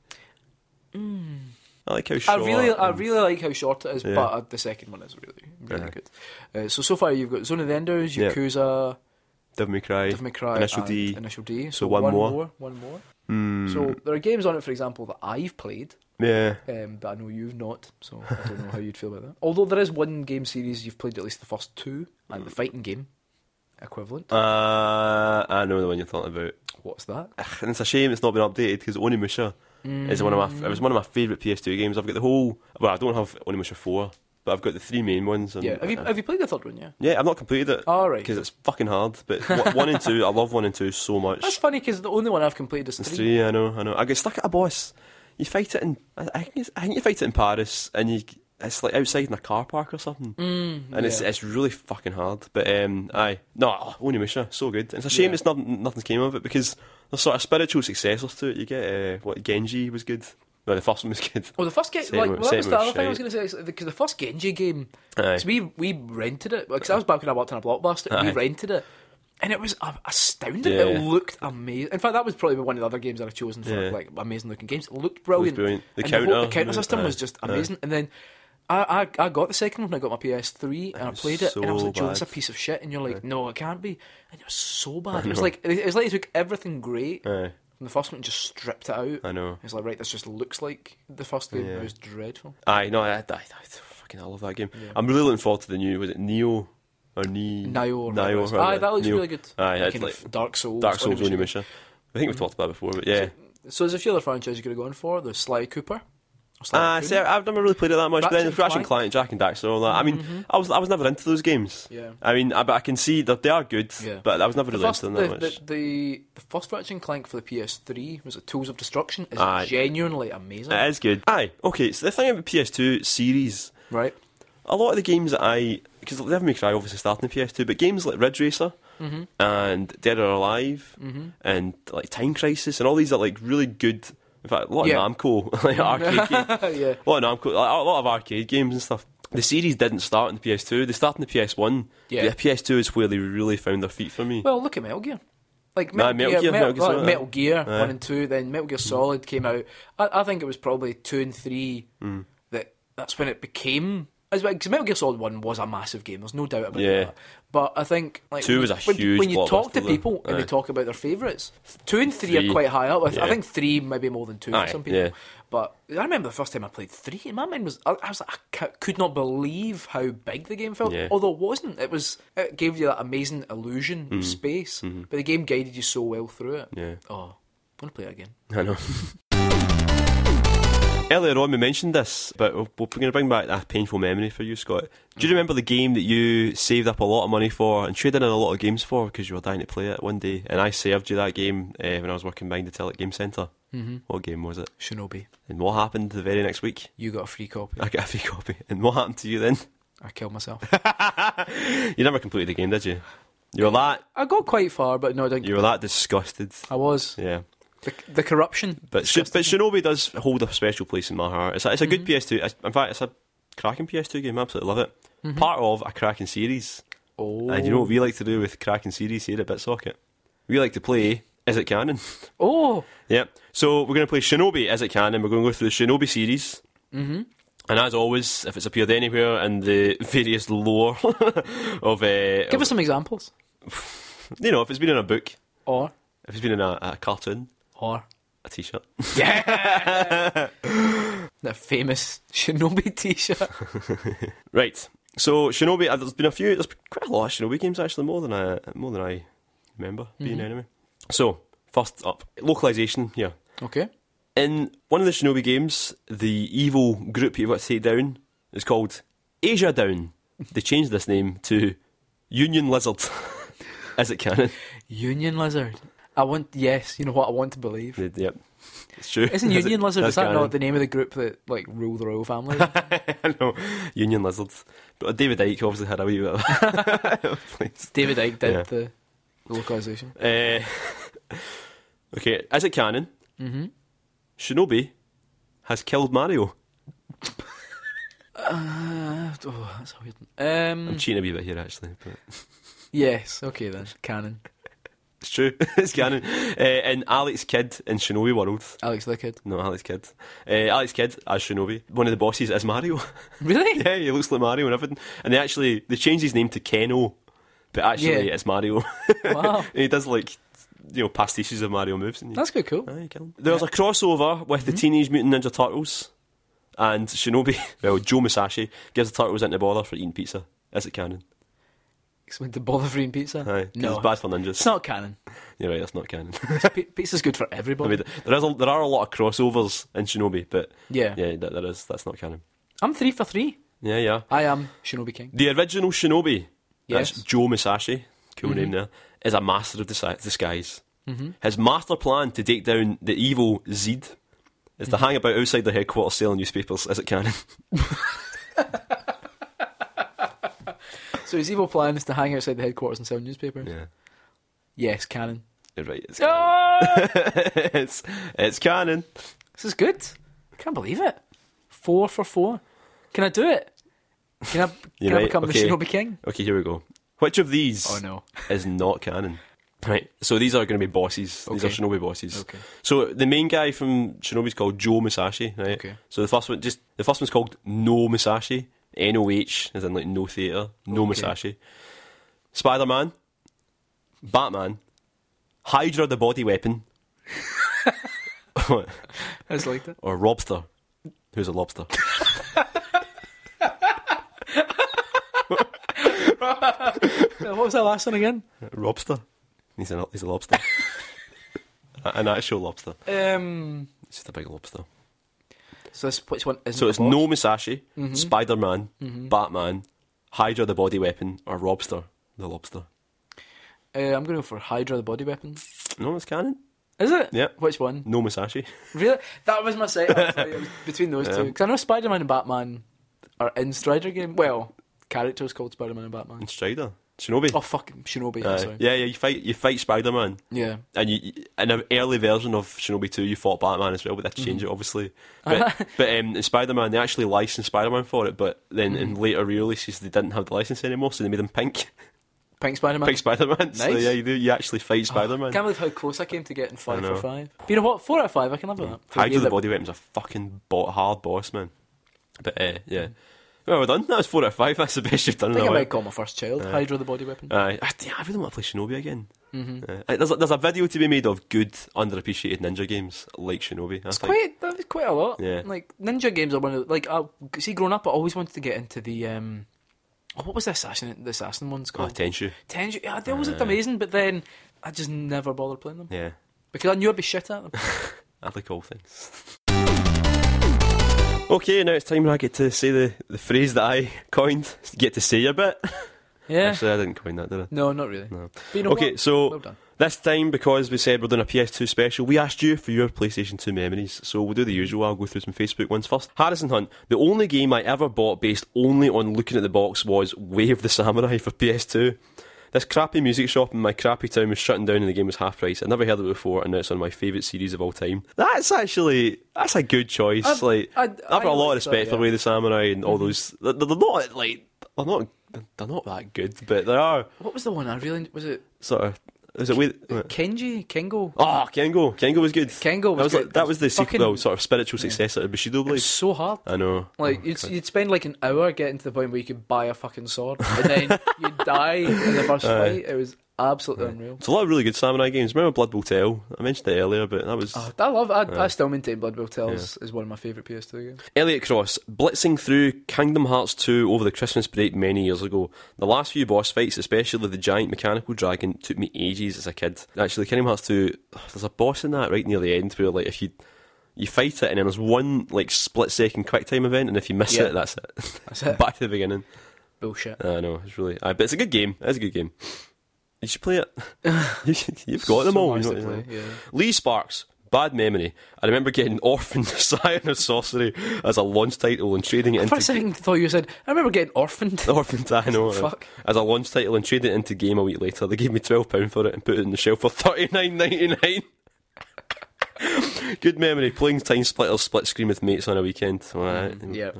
S2: I like how
S1: Hmm. I
S2: short.
S1: really, I
S2: and-
S1: really like how short it is,
S2: Yeah.
S1: but uh, the second one is really, really
S2: Yeah.
S1: good. Uh, so so far you've got Zone of the Enders,
S2: Yeah.
S1: Yakuza,
S2: Devil May Cry.
S1: Devil May Cry,
S2: Initial
S1: and
S2: D.
S1: Initial D.
S2: So one more.
S1: one more.
S2: Hmm,
S1: So there are games on it, for example, that I've played,
S2: yeah,
S1: um, but I know you've not. So I don't know how you'd feel about
S2: [laughs]
S1: that. Although there is one game series you've played at least the first two, and the
S2: Hmm.
S1: fighting game equivalent.
S2: uh, I know the one you're talking about.
S1: What's that?
S2: Ugh, And it's a shame it's not been updated because Onimusha is one of my. It was one of my favourite PS2 games. I've got the whole. Well, I don't have Onimusha four, but I've got the three main ones. And,
S1: Yeah. Have you have you played the third one? Yeah.
S2: Yeah, I've not completed it
S1: All Oh, right.
S2: because it's fucking hard. But
S1: [laughs]
S2: one- one and two, I love one and two so much.
S1: That's funny because the only one I've completed is
S2: It's
S1: three.
S2: three, I know, I know. I get stuck at a boss. You fight it in. I, I, think, it's, I think you fight it in Paris, and you. it's like outside in a car park or something,
S1: Mm,
S2: and it's
S1: yeah.
S2: it's really fucking hard. But um, aye, no, oh, Onimusha, so good. And it's a shame
S1: Yeah.
S2: it's not nothing came of it because the sort of spiritual successors to it. You get uh, what Genji was good. No, the first one was good.
S1: Well, the first game,
S2: Same
S1: like,
S2: with-
S1: well, that was
S2: same
S1: the
S2: with
S1: other thing I was
S2: shite.
S1: going to say, because the first Genji game,
S2: Aye.
S1: so we, we rented it, because I was back when I worked on a blockbuster, we
S2: Aye.
S1: rented it, and it was uh, astounding. It
S2: Yeah.
S1: looked amazing. In fact, that was probably one of the other games that I've chosen for
S2: Yeah.
S1: like amazing looking games. It looked brilliant.
S2: brilliant. The
S1: and the, whole, the
S2: counter,
S1: counter
S2: yeah,
S1: system was
S2: aye,
S1: just
S2: aye.
S1: amazing. And then I, I, I got the second one, I got my PS3, and I
S2: was
S1: played it, and I was
S2: so
S1: like, Joe, this is a
S2: bad.
S1: piece of shit. And you're like, no, it can't be. And it was so bad. It was
S2: know.
S1: like, it was like they took everything great
S2: Aye,
S1: from the first one and just stripped it out.
S2: I know.
S1: It's like, right, this just looks like the first game.
S2: Yeah.
S1: It was dreadful.
S2: Aye, no, I, I, I, I fucking I love that game.
S1: Yeah.
S2: I'm really looking forward to the new. Was it Neo or Ne?
S1: Nio or
S2: Nio.
S1: whatever. Aye, that looks
S2: Neo.
S1: really good.
S2: Aye,
S1: Like
S2: it's
S1: kind
S2: like
S1: of Dark Souls.
S2: Dark Souls
S1: Onimusha.
S2: Onimusha. I think we've talked about it before, but yeah.
S1: So there's a few other franchises you're going to go in for. There's Sly Cooper. or Sly
S2: Ah,
S1: Coon.
S2: see, I- I've never really played it that much.
S1: Ratchet
S2: but then
S1: and
S2: Ratchet and
S1: Clank. Mm-hmm.
S2: Clank, Jack and Daxter, all that. I mean, I was I was never into those games.
S1: Yeah.
S2: I mean, I, but I can see that they are good,
S1: Yeah.
S2: but I was never
S1: The
S2: really
S1: first,
S2: into
S1: the,
S2: them that much.
S1: the, the, the first Ratchet and Clank for the PS3 was a Tools of Destruction. is
S2: Aye. Eh.
S1: genuinely amazing.
S2: It is good. Aye, okay. So the thing about PS2 series,
S1: right?
S2: a lot of the games that I because Devil May Cry obviously started in PS2, but games like Ridge Racer
S1: Mm-hmm.
S2: and Dead or Alive and like Time Crisis and all these are like really good. In fact, a lot
S1: Yeah.
S2: of
S1: [laughs]
S2: Namco [laughs] like arcade, games,
S1: yeah.
S2: a lot of Namco, a lot of arcade games and stuff. The series didn't start in the PS2; they started in the PS1.
S1: Yeah.
S2: the PS2 is where they really found their feet for me.
S1: Well, look at Metal Gear. Like
S2: Nah,
S1: Metal,
S2: Metal
S1: Gear,
S2: Gear,
S1: Metal,
S2: Metal Gear
S1: like,
S2: Solid.
S1: Metal Gear one and two, then Metal Gear Solid came out. I, I think it was probably two and three
S2: Hmm.
S1: that that's when it became. As well, 'cause Metal Gear Solid one was a massive game. There's no doubt about
S2: Yeah.
S1: that. But I think like
S2: Two
S1: when-
S2: was a
S1: when,
S2: huge
S1: When you talk to
S2: blockbuster, though.
S1: people and they
S2: Aye.
S1: talk about their favourites, two and three, are
S2: Three.
S1: quite high up. I, th- I
S2: Yeah.
S1: think three maybe more than two
S2: Aye,
S1: for some people.
S2: yeah.
S1: But I remember the first time I played three, and my mind was I, I was like I ca- could not believe how big the game felt.
S2: Yeah.
S1: Although it wasn't, it was it gave you that amazing illusion of space. But the game guided you so well through it.
S2: Mm-hmm. yeah,
S1: Oh, I want to play it again.
S2: I know. [laughs] Earlier on, we mentioned this, but we're going to bring back a painful memory for you, Scott. Do you remember the game that you saved up a lot of money for and traded in a lot of games for because you were dying to play it one day? And I saved you that game uh, when I was working behind the Telic Game Centre. Mm-hmm. What game was it?
S1: Shinobi,
S2: And what happened the very next week? [laughs]
S1: you got a free copy.
S2: I got a free copy. And what happened to you then? [laughs]
S1: I killed myself.
S2: You never completed the game, did you? You were that.
S1: I got quite far, but no, I didn't.
S2: You were that disgusted.
S1: I was
S2: Yeah.
S1: the, the corruption.
S2: But, Sh-
S1: disgusted
S2: but Shinobi does hold a special place in my heart. It's a, it's a
S1: Mm-hmm.
S2: good PS2. it's- in fact, it's a cracking PS2 game. I absolutely love it.
S1: Mm-hmm.
S2: Part of a cracking series.
S1: me. oh,
S2: And uh, you know what we like to do with cracking series here at Bitsocket? We like to play Is It Canon? [laughs]
S1: oh,
S2: yep. So we're going to play Shinobi Is It Canon. We're going to go through the Shinobi series. Mm-hmm. And as always, if it's appeared anywhere in the [laughs] various lore of, uh,
S1: give
S2: of-
S1: us some examples.
S2: you know, if it's been in a book,
S1: Or
S2: if it's been in a, a cartoon,
S1: or
S2: a t-shirt,
S1: the famous [laughs] Shinobi
S2: [laughs]
S1: T-shirt.
S2: Right. So Shinobi, uh, there's been a few. There's been quite a lot of Shinobi games actually, more than I more than I remember being
S1: Mm-hmm.
S2: anyway. So first up, localization here.
S1: okay.
S2: In one of the Shinobi games, the evil group you've got to take down is called Asia
S1: [laughs]
S2: Down. They changed this name to Union Lizard. [laughs] Is it canon?
S1: Union Lizard. I want yes. You know what I want to believe.
S2: They- Yep. It's true.
S1: Isn't
S2: Is it-
S1: Union Lizard?
S2: [laughs] that's
S1: Is that
S2: canon.
S1: not the name of the group that like rule the royal
S2: [laughs]
S1: family?
S2: I know. Union Lizard. But David Icke obviously had a [laughs] wee bit of place.
S1: David Icke did
S2: Yeah.
S1: the, the localization.
S2: Uh, okay, as it canon,
S1: Mm-hmm.
S2: Shinobi has killed Mario.
S1: Uh, oh, that's a weird. One.
S2: I'm
S1: Um,
S2: cheating a wee bit here, actually, but
S1: yes. Okay then. Canon.
S2: it's true. [laughs] it's canon. Uh, and Alex Kidd in Shinobi World.
S1: Alex Lickard.
S2: No, Alex Kidd. Uh, Alex Kidd as Shinobi. One of the bosses is Mario.
S1: [laughs]
S2: [laughs]
S1: Really?
S2: yeah, he looks like Mario and everything. And they actually they changed his name to Keno, but actually
S1: Yeah.
S2: it's Mario. [laughs]
S1: Wow.
S2: and he does like you know pastiches of Mario moves. And he-
S1: That's quite cool.
S2: Aye, you kill him. There was a crossover with the
S1: Hmm.
S2: Teenage Mutant Ninja Turtles and Shinobi. [laughs] Well, Joe Musashi gives the turtles into bother for eating pizza. Is it canon?
S1: Explain to bother free and pizza.
S2: Aye, 'cause
S1: no,
S2: it's bad for
S1: it's
S2: ninjas.
S1: not canon.
S2: You're right, that's not canon. [laughs]
S1: It's pi- [laughs] Pizza's good for
S2: I
S1: everybody.
S2: mean, there is a, there are a lot of crossovers in Shinobi, but
S1: Yeah.
S2: yeah, that, that is that's not canon.
S1: I'm three for three.
S2: Yeah, yeah.
S1: I am Shinobi
S2: [laughs]
S1: King.
S2: The original Shinobi,
S1: Yes. Mm-hmm.
S2: that's Joe Musashi, cool name there, is a master of disi- disguise. His master plan to take down the
S1: Mm-hmm. [laughs]
S2: evil Zed is to hang about outside the headquarters selling newspapers. Is it canon?
S1: So his evil plan is to hang outside the headquarters and sell newspapers.
S2: Yeah.
S1: Yes, canon.
S2: You're right. It's,
S1: [laughs] Oh,
S2: [laughs] it's, it's canon.
S1: this is good. Can't believe it. Four for four. Can I do it? Can I,
S2: [laughs] You're
S1: can I
S2: right,
S1: become
S2: okay.
S1: the Shinobi King?
S2: Okay, here we go. Which of these
S1: Oh no.
S2: is not canon? Right, so these are going to be bosses. These are
S1: Okay.
S2: Shinobi bosses.
S1: Okay.
S2: So the main guy from Shinobi's called Joe Musashi, right?
S1: Okay.
S2: So the first one, just the first one's called No Musashi. N O H, as in like no theater. No
S1: Okay.
S2: Musashi. Spider Man, Batman, Hydra the body weapon,
S1: I just liked it.
S2: or Robster, who's a lobster.
S1: What was that last one again?
S2: Robster. He's a he's a lobster. [laughs] A- An actual lobster.
S1: Um.
S2: It's just a big lobster.
S1: So this which one isn't
S2: So
S1: a
S2: it's
S1: boss?
S2: no Musashi,
S1: Mm-hmm.
S2: Spider Man, Batman, Hydra the body weapon, or Robster the lobster.
S1: Uh, I'm going to go for Hydra, the body weapon.
S2: No, it's canon.
S1: Is it?
S2: Yeah.
S1: Which one?
S2: No Musashi.
S1: [laughs] Really? That was my set actually. It was between those two. Because I know Spider Man and Batman are in Strider game. Well, characters called Spider Man and Batman.
S2: [laughs] [laughs] And Strider. Shinobi.
S1: Oh fucking Shinobi.
S2: Aye.
S1: I'm sorry.
S2: yeah, yeah. You fight you fight Spider Man,
S1: Yeah.
S2: and you you- in an early version of Shinobi Two, you fought Batman as well, but
S1: Mm-hmm.
S2: they changed it
S1: [laughs]
S2: obviously. But but um, in Spider Man, they actually licensed Spider Man for it, but then
S1: Mm-hmm.
S2: in later releases they didn't have the license anymore, so they made him pink. [laughs]
S1: Pink Spider Man.
S2: Big Spider Man. So
S1: Nice. Oh,
S2: yeah, you do. You actually fight Spider
S1: I
S2: Man.
S1: can't believe how close I came to getting
S2: I
S1: five
S2: know.
S1: for five. But you know what? Four out of five. I can live with that. For a
S2: Hydra
S1: game
S2: the
S1: that-
S2: Body Weapon's a fucking bo- hard boss, man. But uh, yeah, well, we're done. That was four out of five. [laughs] That's the best you've done.
S1: I
S2: in
S1: think
S2: a
S1: I
S2: while.
S1: might call my first child Hydra, the body weapon.
S2: Aye. I, think- I really want to play Shinobi again. Mm-hmm. there's, a, there's a video to be made of good, underappreciated ninja games like Shinobi. I
S1: It's
S2: think.
S1: quite that was quite a lot.
S2: Yeah.
S1: Like ninja games are one of the, like I see growing up I always wanted to get into the um oh, what was the assassin the assassin ones
S2: Oh,
S1: called?
S2: Tenshu.
S1: Tenju. Yeah, they always looked amazing, but then I just never bothered playing them
S2: Yeah,
S1: because I knew I'd be shit
S2: [laughs]
S1: at them.
S2: I like all things. [laughs] Okay, now it's time when I get to say the, the phrase that I [laughs] coined. Get to say a bit.
S1: Yeah.
S2: Actually, I didn't coin that, did I?
S1: No, not really.
S2: No.
S1: But you Eh. know
S2: okay,
S1: what?
S2: so
S1: well done.
S2: This time, because we said we're doing a PS2 special, we asked you for your PlayStation 2 memories. So we'll do the usual. I'll go through some Facebook ones first. Harrison Hunt, the only game I ever bought based only on looking at the box was Way of the Samurai for PS2. This crappy music shop in my crappy town was shutting down and the game was half price. I'd never heard of it before and now it's on my favourite series of all time. That's actually, that's a good choice.
S1: I'd-
S2: like,
S1: I'd-
S2: I've
S1: I
S2: got a lot of
S1: like that,
S2: respect
S1: yeah.
S2: for
S1: Mm-hmm.
S2: Way of the Samurai and all those. They're, they're not, like, they're not, they're not that good, but they are
S1: What was the one I really was it
S2: sort of, is it Way...
S1: Kenji Kengo?
S2: Oh, Kengo. Kengo was good.
S1: Kengo was
S2: that was,
S1: good.
S2: like- that was the
S1: Fucking-
S2: sequel, sort of spiritual successor to Bushido Blade.
S1: It's so hard.
S2: I Oh, know.
S1: Like you'd, you'd spend like an hour getting to the point where you could buy a fucking sword, and
S2: [laughs]
S1: then you'd die in the first fight. It was absolutely unreal.
S2: It's a lot of really good samurai games. Remember Blood Will Tell? I mentioned it earlier, but that was.
S1: Oh, I love. I, I still maintain Blood Will Tell is is one of my favorite PS2 games.
S2: Elliot Cross, blitzing through Kingdom Hearts 2 over the Christmas break many years ago. The last few boss fights, especially the giant mechanical dragon, took me ages as a kid. Actually, Kingdom Hearts 2, there's a boss in that right near the end where, like, if you. You fight it, and then there's one like split second quick time event, and if you miss
S1: Yeah.
S2: it, that's it.
S1: That's it.
S2: [laughs] Back to the beginning.
S1: Bullshit.
S2: I know it's really, aye, but it's a good game. It's a good game. You
S1: [laughs]
S2: should play it. you, have got them
S1: So
S2: all.
S1: much
S2: You
S1: to
S2: know,
S1: play,
S2: you know.
S1: yeah.
S2: Lee Sparks. Bad memory. I remember getting [laughs] Orphan Scion of Sorcery as a launch title and trading it
S1: For a
S2: into
S1: second, I thought you said I remember getting orphaned.
S2: Orphan I know, uh,
S1: Fuck.
S2: as a launch title and traded it into game a week later. They gave me twelve pound for it and put it in the shelf for [laughs] thirty nine ninety nine. [laughs] Good memory. Playing Time Splitters split screen with mates on a weekend.
S1: [laughs]
S2: Alright.
S1: Mm, yeah.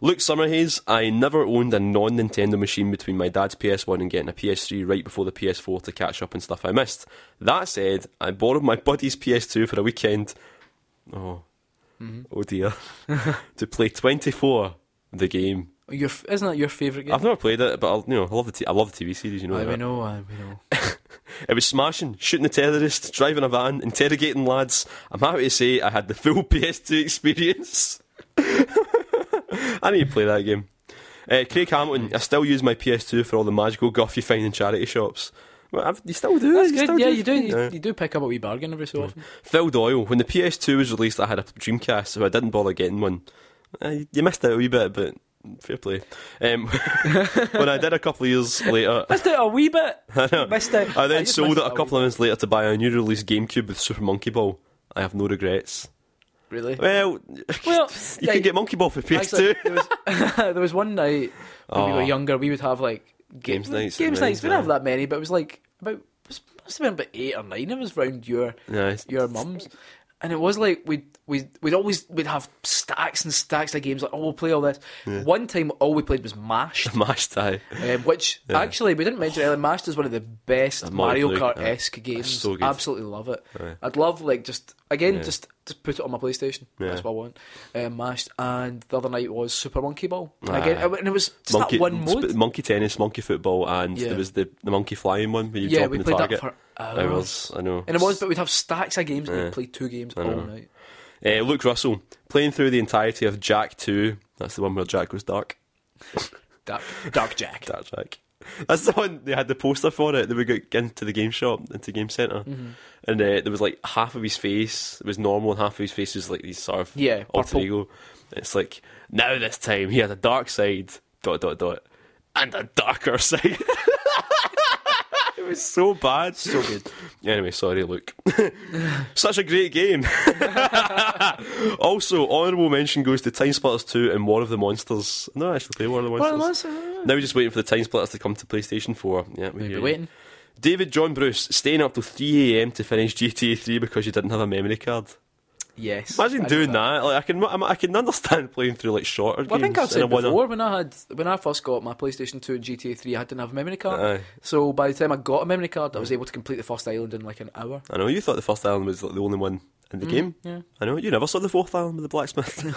S2: Luke Summerhays, I never owned a non Nintendo machine between my dad's PS1 and getting a PS3 right before the PS4 to catch up on stuff I missed. That said, I borrowed my buddy's PS2 for a weekend. Oh, oh dear. [laughs] to play 24, the game.
S1: Your f- isn't that your favorite game?
S2: I've never played it, but I'll, you know, I love the t- I love the TV series. You know,
S1: I
S2: that.
S1: know, I we
S2: [laughs]
S1: know.
S2: it was smashing, shooting the terrorists, driving a van, interrogating lads. I'm happy to say I had the full [laughs] PS2 experience. [laughs] I need to play that game. Uh, Craig Hamilton, I still use my PS2 for all the magical guff you find in charity shops. Well, I've, you still do.
S1: That's
S2: you still
S1: good. Yeah, you do.
S2: Yeah.
S1: You, you do pick up a wee bargain every so often.
S2: Phil Doyle, when the PS2 was released, I had a Dreamcast, so I didn't bother getting one. Uh, you- you missed out a wee bit, but fair play. Um, [laughs] when I did a couple of years later,
S1: Missed out a wee bit. Missed out.
S2: [laughs] I then
S1: just
S2: sold
S1: missed
S2: it a
S1: wee
S2: couple of months later to buy a new release GameCube with Super Monkey Ball. I have no regrets.
S1: bit. [laughs]
S2: [laughs]
S1: Really? [laughs]
S2: Well,
S1: Well,
S2: you
S1: yeah,
S2: could get Monkey Ball for
S1: Actually,
S2: PS2.
S1: there was there was one night when we
S2: Aw.
S1: were younger, we would have like
S2: Games nights.
S1: Games nights. We didn't have
S2: yeah.
S1: that many, but it was like about it must have been about eight or nine. It was round your
S2: [laughs] Nice. [laughs]
S1: your mum's, and it was like we we we'd always we'd have stacks and stacks of games. Like oh, we'll play all this. One time, all we played was
S2: [laughs]
S1: Mashed.
S2: Mashed tie.
S1: Um, which actually we didn't mention earlier. Mashed is one of the best
S2: Mario
S1: Mario
S2: Kart,
S1: Kart esque games.
S2: so good.
S1: Absolutely love it.
S2: Aye.
S1: I'd love like just again
S2: Yeah.
S1: just just put it on my PlayStation.
S2: Yeah.
S1: That's what I want. Um, Mashed and the other night was Super Monkey Ball. Again,
S2: Aye.
S1: it- and it was just that one mode.
S2: sp- monkey tennis, monkey football, and
S1: Yeah.
S2: there was the, the monkey flying one where you
S1: yeah,
S2: drop
S1: we
S2: in the
S1: played
S2: target.
S1: that for hours.
S2: hours. I know.
S1: And it was, but we'd have stacks of games. and
S2: Yeah.
S1: We'd play two games all
S2: know.
S1: night.
S2: Uh, Luke Russell playing through the entirety of Jack Two. That's the one where Jack goes dark.
S1: Dark, Dark Jack.
S2: Dark Jack. That's the one they had the poster for it. They would go into the game shop, into game center, and uh, there was like half of his face was normal, and half of his face was like these sort of
S1: Yeah,
S2: alter
S1: purple.
S2: ego. It's like now this time he has a dark side. Dot dot dot, and a darker [laughs] side. it was so bad.
S1: So good.
S2: Anyway, sorry, Luke. [laughs] Such a great game. [laughs] also, honourable mention goes to Time Splitters 2 and War of the Monsters. No, I actually play War of the Monsters. Now we're just waiting for the Time Splitters to come to PlayStation 4.
S1: We'd
S2: Yeah, we hear
S1: Hmm. be
S2: you.
S1: waiting.
S2: David John Bruce staying up till 3am to finish GTA 3 because you didn't have a memory card.
S1: Yes.
S2: Imagine
S1: I know
S2: doing that. Like, I can I can understand playing through like shorter
S1: Well, I
S2: games.
S1: think I've
S2: in a
S1: said
S2: one-
S1: before when I had when I first got my PlayStation 2 and GTA 3, I didn't have a memory card.
S2: Aye.
S1: So by the time I got a memory card, I was able to complete the first island in like an hour.
S2: I know you thought the first island was like, the only one in the game.
S1: Mm, yeah.
S2: I know you never saw the fourth island with the blacksmith.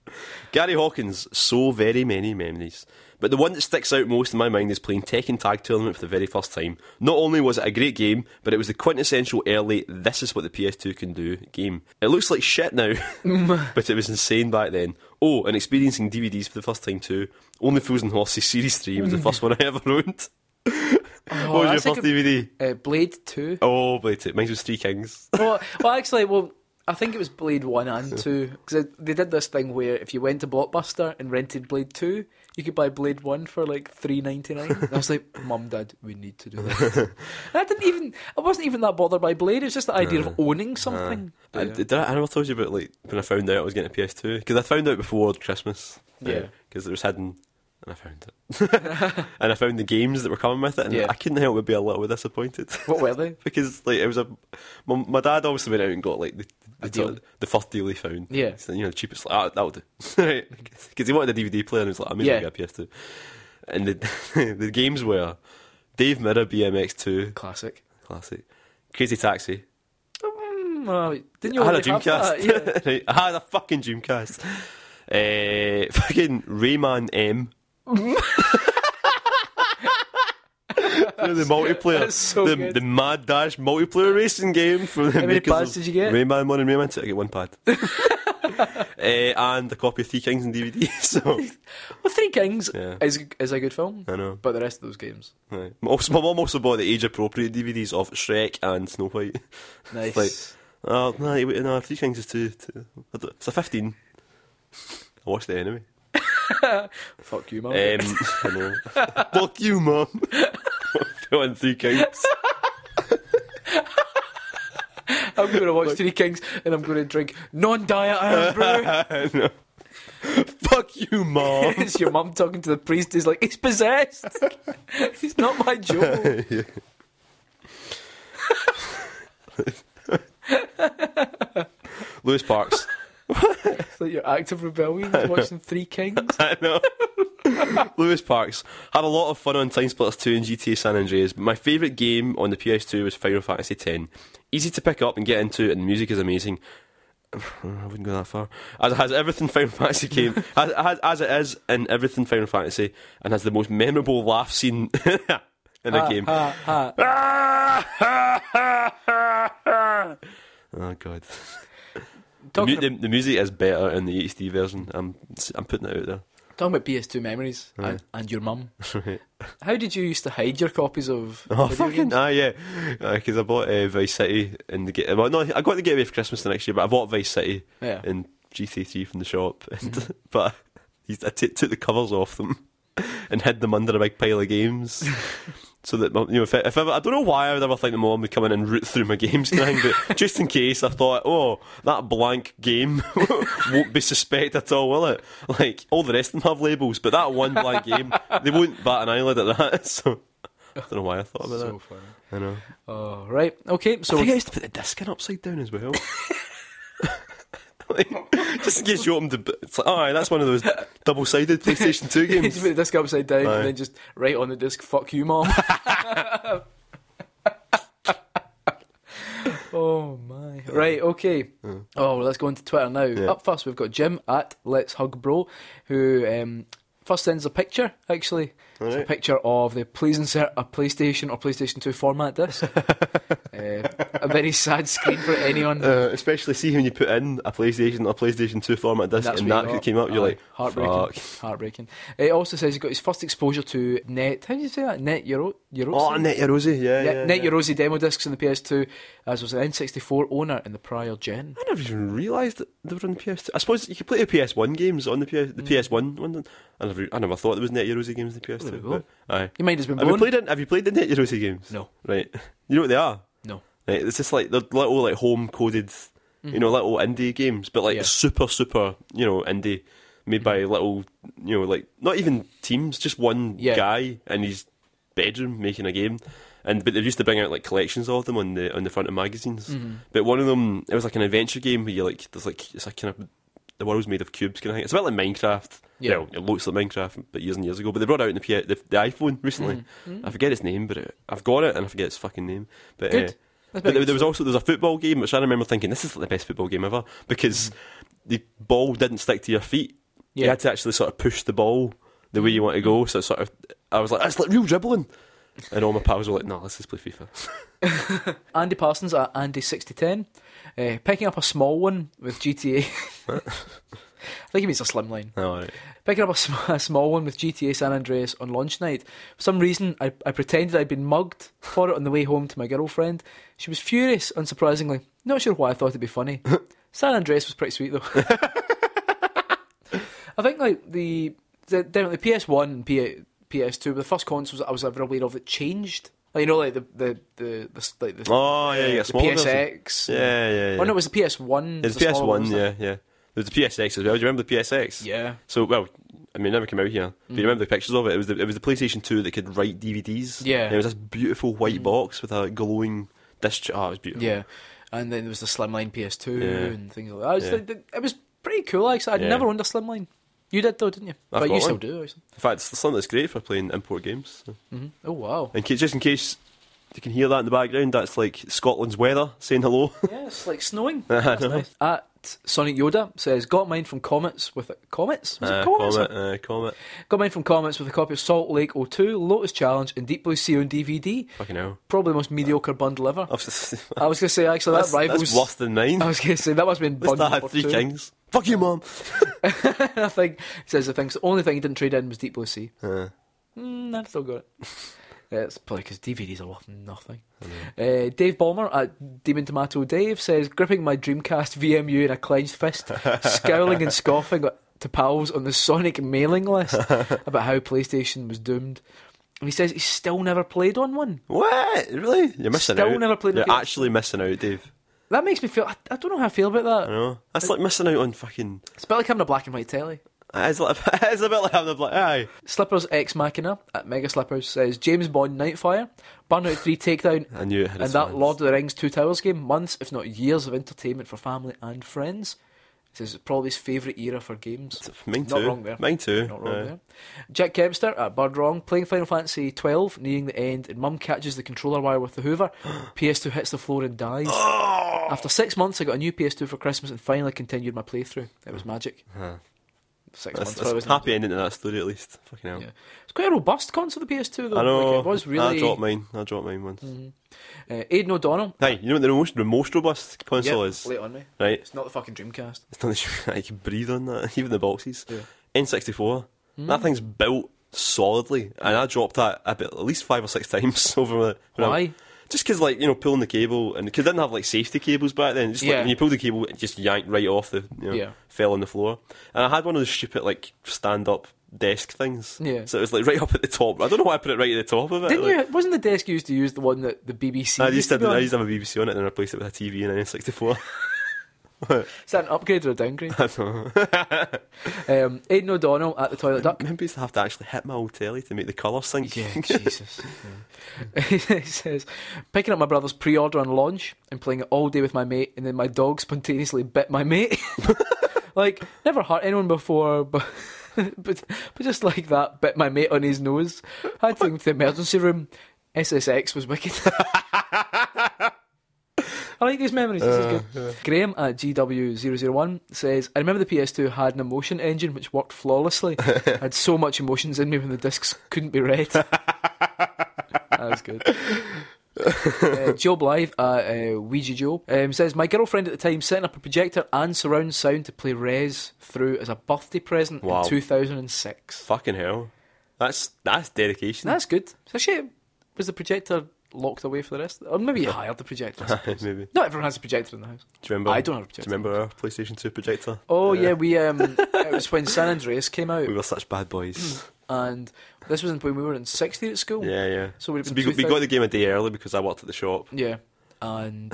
S1: [laughs]
S2: Gary Hawkins, so very many memories. But the one that sticks out most in my mind is playing Tekken Tag Tournament for the very first time. Not only was it a great game, but it was the quintessential early "this is what the PS2 can do" game. It looks like
S1: [laughs]
S2: shit now, [laughs] but it was insane back then. Oh, and experiencing DVDs for the first time too. Only Fools and Horses Series Three was the first one I ever owned. [laughs] what was your
S1: Mm. Oh, that's
S2: first
S1: like a-
S2: DVD?
S1: Uh, Blade 2.
S2: Oh, blade it. Mine was Three Kings.
S1: well, well, actually, well, I think it was Blade 1 and 2. Because they did this thing where if you went to Blockbuster and rented Blade 2, you could buy Blade 1 for like three ninety nine. I was like, Mum, Dad, we need to do
S2: [laughs]
S1: this. And I didn't even, I wasn't even that bothered by Blade. It's just the idea of owning something.
S2: I, did I, I never told you about like when I found out I was getting a PS2 because I found out before Christmas.
S1: Yeah.
S2: because it was hidden, and I found it, [laughs] and I found the games that were coming with it, and
S1: Yeah.
S2: I couldn't help but be a little bit disappointed [laughs]
S1: What were they?
S2: because like it was a my, my dad obviously went out and got like the the,
S1: A deal.
S2: the, first deal he found.
S1: Yeah.
S2: so, you know the cheapest. Like, ah, that'll do, [laughs] right? Because he wanted a DVD player, and he was like, I may as well
S1: Yeah.
S2: get a PS2. And the [laughs] the games were Dave Mirra BMX2
S1: Classic.
S2: classic, Crazy Taxi.
S1: Mm, uh, didn't you
S2: I had
S1: already
S2: a
S1: have that?
S2: Dreamcast.
S1: Yeah.
S2: [laughs] Right, I had a fucking Dreamcast. Uh, fucking Rayman
S1: [laughs]
S2: M. You know, the multiplayer,
S1: That's so
S2: the,
S1: good.
S2: the mad dash multiplayer racing game from the
S1: many
S2: makers
S1: pads
S2: of
S1: did you get?
S2: Rayman One and Rayman Two. I get
S1: [laughs]
S2: one pad, uh, and a copy of Three Kings and DVD. [laughs] So
S1: Well, Three Kings
S2: [laughs] Yeah.
S1: is is a good film,
S2: I know.
S1: but the rest of those games,
S2: Right. Also, my mum also bought the age-appropriate DVDs of Shrek and Snow White.
S1: nice.
S2: Oh no, it- no, Three Kings is too. too I don't- it's a fifteen. I watched it anyway.
S1: Fuck you, man.
S2: Um, I know. [laughs] Fuck you, mum. Filling three [laughs] counts.
S1: I'm going to watch Three Kings and I'm going to drink non-diet
S2: [laughs]
S1: iron brew.
S2: I know. Fuck
S1: [laughs]
S2: you, mum. [laughs]
S1: it's your mum talking to the priest. He's like, he's possessed. [laughs] he's not my Joe.
S2: Lewis Parks.
S1: It's like your act of rebellion. He's watching Three
S2: [laughs]
S1: Kings.
S2: I know. Lewis Parks. Had a lot of fun on Time Splitters 2 and GTA San Andreas, but my favourite game on the PS2 was Final Fantasy X. Easy to pick up and get into, and the music is amazing. [sighs] I wouldn't go that far. As it has everything Final Fantasy game, as, as, as it is in everything Final Fantasy, and has the most memorable laugh scene [laughs] in a game.
S1: Ha, ha.
S2: [laughs] oh god. The, mu-
S1: Talking,
S2: the, the music is better in the HD version. I'm I'm putting it out there. [laughs]
S1: talking about PS2 memories and, and your mum.
S2: Right.
S1: How did you used to hide your copies of
S2: Oh
S1: video
S2: fucking
S1: games?
S2: ah yeah, because I bought uh, Vice City and the get. Well, no, I got the Getaway for Christmas the next year, but I bought Vice City
S1: Yeah. Mm-hmm.
S2: and GTA3 from the shop. [laughs] And, but [laughs]
S1: [laughs]
S2: I, I t- took the covers off them and hid them under a big pile of games. So that you know, if, I- if ever, I don't know why I would ever think that my mum would come in and root through my games and everything, but
S1: [laughs]
S2: just in case, I thought, oh, that blank game [laughs] won't be suspect at all, will it? Like all the rest of them have labels, but that one blank game, they won't bat an eyelid at that. [laughs] So I don't know why I thought about
S1: So funny.
S2: that. I know.
S1: Oh, right. Okay,
S2: I
S1: so
S2: think I used to put the disc in upside down as well. [laughs] Like, just in case you opened the. b- It's like, alright, that's one of those double sided [laughs] PlayStation 2
S1: Just
S2: games.
S1: put the disc upside down
S2: Aye.
S1: and then just write on the disc, fuck you, mom. [laughs] oh, my. Right, okay. Oh, well, let's go into Twitter now. Up first, we've got Jim at Let's Hug Bro, who um, first sends a picture, actually. It's a
S2: Alright.
S1: picture of the please insert a PlayStation or PlayStation 2 format
S2: [laughs]
S1: disc. Uh, a very sad screen for anyone.
S2: Uh, especially see when you put in a PlayStation or PlayStation 2 format disc
S1: That's
S2: and
S1: what
S2: that
S1: you got.
S2: came up, you're
S1: Aye.
S2: like,
S1: heartbreaking,
S2: fuck.
S1: heartbreaking. It also says he got his first exposure to Net. How do you say that? Net Euro, Euro.
S2: Oh, Net Yerosi, yeah, yeah.
S1: Net, Net
S2: yeah.
S1: Eurosi demo discs in the PS2, as was an N64 owner in the prior gen.
S2: I never even realised that they were on the PS2. I suppose you could play the PS1 games on the, PS, the PS1 one. I never, I never thought there was Net Yerosi games in the PS2.
S1: There we go.
S2: but- aye.
S1: Your mind has been
S2: Have you,
S1: blown.
S2: played, in- have you played the Net Yerosi games?
S1: No,
S2: Right. [laughs] You know what they are?
S1: no.
S2: Like, it's just like the little like home coded, you know, little indie games, but like
S1: Mm-hmm. Yeah. Mm-hmm.
S2: super super, you know, indie, made by little, you know, like not even teams, just one
S1: Yeah.
S2: guy in his bedroom making a game. And but they used to bring out like collections of them on the on the front of magazines.
S1: Mm-hmm.
S2: But one of them, it was like an adventure game where you like there's like it's like kind of the world's made of cubes kind of thing. It's a bit like Minecraft.
S1: Yeah.
S2: Well, it looks like Minecraft, but years and years ago. But they brought it out in the, P- the the iPhone recently.
S1: Mm-hmm.
S2: I forget its name, but it, I've got it and I forget its fucking name. But
S1: Good.
S2: uh,
S1: That's
S2: but
S1: very
S2: there, there was also there was a football game which I remember thinking this is the best football game ever because the ball didn't stick to your feet. You
S1: Mm-hmm. Yeah.
S2: had to actually sort of push the ball the way you want to go. So it sort of, I was like, that's like real dribbling. And all my pals were like, no, let's just play FIFA. [laughs]
S1: Andy Parsons at Andy6010, uh, picking up a small one with GTA. [laughs] I think he means a slimline.
S2: Oh, all right.
S1: Picking up a, sm- [laughs] a small one with GTA San Andreas on launch night. For some reason, I, I pretended I'd been mugged for it on the way home to my girlfriend. She was furious, unsurprisingly. Not sure why I thought it'd be
S2: [laughs]
S1: funny. San Andreas was pretty sweet, though. I think, like, the, the definitely PS1 and P- PS2 were the first consoles that I was ever aware of that changed. Like, you know, like the, the, the, the, like the,
S2: oh yeah, you got
S1: the
S2: a smaller version.
S1: PSX.
S2: Yeah, yeah, yeah.
S1: Oh, no, it was the PS1.
S2: There's
S1: the smaller one,
S2: PS1,
S1: wasn't it?
S2: yeah, yeah. There's the PSX as well. Do you remember the PSX?
S1: Yeah.
S2: So, well, I mean, it never came out here.
S1: Mm.
S2: But you remember the pictures of it? It was the, it was the PlayStation 2 that could write DVDs.
S1: Yeah. Mm.
S2: And it was this beautiful white box with a glowing disc. tr- Oh, it was beautiful.
S1: Yeah, and then there was the slimline PS2
S2: Yeah.
S1: and things like that. It was,
S2: Yeah.
S1: th- it was pretty cool. Actually, I'd
S2: Yeah.
S1: never owned a slimline. You did though, didn't you?
S2: I've
S1: but
S2: got
S1: you still
S2: one.
S1: do. Actually.
S2: In fact, it's something that's great for playing import games. So.
S1: hmm Oh wow!
S2: In case, just in case you can hear that in the background, that's like Scotland's weather saying
S1: [laughs]
S2: hello.
S1: yeah, it's like
S2: [laughs]
S1: snowing. That's nice. At Sonic Yoda says, "Got mine from Comets with a- Comets. Was
S2: Uh,
S1: it Comets?
S2: comet, uh, comet.
S1: Got mine from Comets with a copy of Salt Lake 02, Lotus Challenge, and Deep Blue Sea on DVD.
S2: Fucking hell. [laughs]
S1: Probably the most mediocre bundle ever."
S2: I've just,
S1: I was gonna say actually that
S2: Oh. that's,
S1: rivals.
S2: that's worse than mine.
S1: I
S2: [laughs] At
S1: was gonna say that must have been
S2: least
S1: bundle
S2: I had
S1: number
S2: three
S1: two.
S2: kings. Fuck you, mum.
S1: [laughs] I think says the thing. The only thing he didn't trade in was Deep Blue Sea.
S2: Uh,
S1: Mm, I've still got it. [laughs] yeah, it's probably because DVDs are worth nothing. Uh, Dave Ballmer at Demon Tomato Dave says, gripping my Dreamcast VMU in a clenched fist, scowling and scoffing to pals on the Sonic mailing list about how PlayStation was doomed. And he says he's still never played on one.
S2: what? Really? You're missing
S1: Still
S2: out.
S1: never played the
S2: You're
S1: PS2.
S2: actually missing out, Dave.
S1: That makes me feel. I, I don't know how I feel about
S2: I
S1: that.
S2: know. That's like missing out on fucking.
S1: It's a bit like having a black and white telly.
S2: It's, [laughs] like, it's a bit like having a black eye.
S1: Slippers Ex Machina at Mega Slippers says James Bond Nightfire, Burnout 3 Takedown,
S2: I knew it. Had
S1: And
S2: its
S1: that
S2: fans.
S1: Lord of the Rings Two Towers game, months, if not years of entertainment for family and friends. This is probably his favourite era for games.
S2: Mine too.
S1: Not wrong there.
S2: Mine too.
S1: Not wrong
S2: Aye.
S1: there. Jack Kempster at Bird Wrong, playing Final Fantasy twelve, nearing the end, and mum catches the controller wire with the
S2: [gasps]
S1: hoover. PS2 hits the floor and dies.
S2: Oh!
S1: After six months, I got a new PS2 for Christmas and finally continued my playthrough. It was magic. Six
S2: That's,
S1: months. but it was
S2: that's happy ending to that story at least. Fucking hell.
S1: Yeah. It's quite a robust console, the PS2, though.
S2: I know.
S1: Like, it was really.
S2: I dropped mine. I dropped mine once.
S1: Uh, Aidan O'Donnell.
S2: Hey, you know what the most, the most robust console
S1: Yep,
S2: is?
S1: late on me.
S2: Right?
S1: It's not the fucking Dreamcast.
S2: It's not that you [laughs] can breathe on that, even the boxes.
S1: Yeah. Hmm.
S2: N64. That thing's built solidly, and I dropped that a bit, at least five or six [laughs] times over the. when I-
S1: Why?
S2: just because, like, you know, pulling the cable, and because didn't have, like, safety cables back then. Just like,
S1: Yeah.
S2: when you pull the cable, it just yanked right off the, you know,
S1: Yeah.
S2: fell on the floor. And I had one of those stupid, like, stand up desk things.
S1: Yeah.
S2: So it was like right up at the top. I don't know why I put it right at the top of it.
S1: Didn't
S2: like-
S1: you? Wasn't the desk used to use the one that the BBC?
S2: I
S1: used
S2: used,
S1: to
S2: to
S1: be
S2: have, I
S1: on?
S2: used to have a BBC on it and then replaced it with a TV and an [laughs] N64.
S1: Is that an upgrade or a downgrade?
S2: [laughs] I don't know.
S1: [laughs] um, Aidan O'Donnell at the toilet duck.
S2: Maybe I used to have to actually hit my old telly to make the colour
S1: [laughs]
S2: sync. [laughs]
S1: Yeah, Jesus. he says, picking up my brother's pre-order on launch and playing it all day with my mate, and then my dog spontaneously bit my mate. [laughs] like never hurt anyone before, [laughs] but but but just like that, bit my mate on his nose. I
S2: [laughs]
S1: had to take him to the emergency room. SSX was wicked. I like these memories. This is good. Graham at GW001 says, I remember the PS2 had an emotion engine which worked flawlessly. I had so much emotions in me when the discs couldn't be read. that was good. Uh, Joe Blythe at uh, Ouija Joe um, says, My girlfriend at the time setting up a projector and surround sound to play Res through as a birthday present
S2: Wow.
S1: in 2006.
S2: Fucking hell. That's that's dedication.
S1: That's good. It's a shame. Was the projector locked away for the rest? Or maybe you hired the projector. I suppose.
S2: [laughs] Maybe. Do
S1: Not everyone has a projector in the house.
S2: you remember?
S1: I don't have a
S2: Do you
S1: projector.
S2: remember our PlayStation 2 projector?
S1: Oh yeah, we um, it was when
S2: [laughs]
S1: San Andreas came out,
S2: We were such
S1: [clears throat]
S2: bad boys.
S1: and this was when we were in sixth year at school.
S2: yeah, yeah.
S1: So we'd
S2: So
S1: been
S2: we, got- we got the game a day early because I worked at the shop.
S1: yeah,
S2: [laughs]
S1: and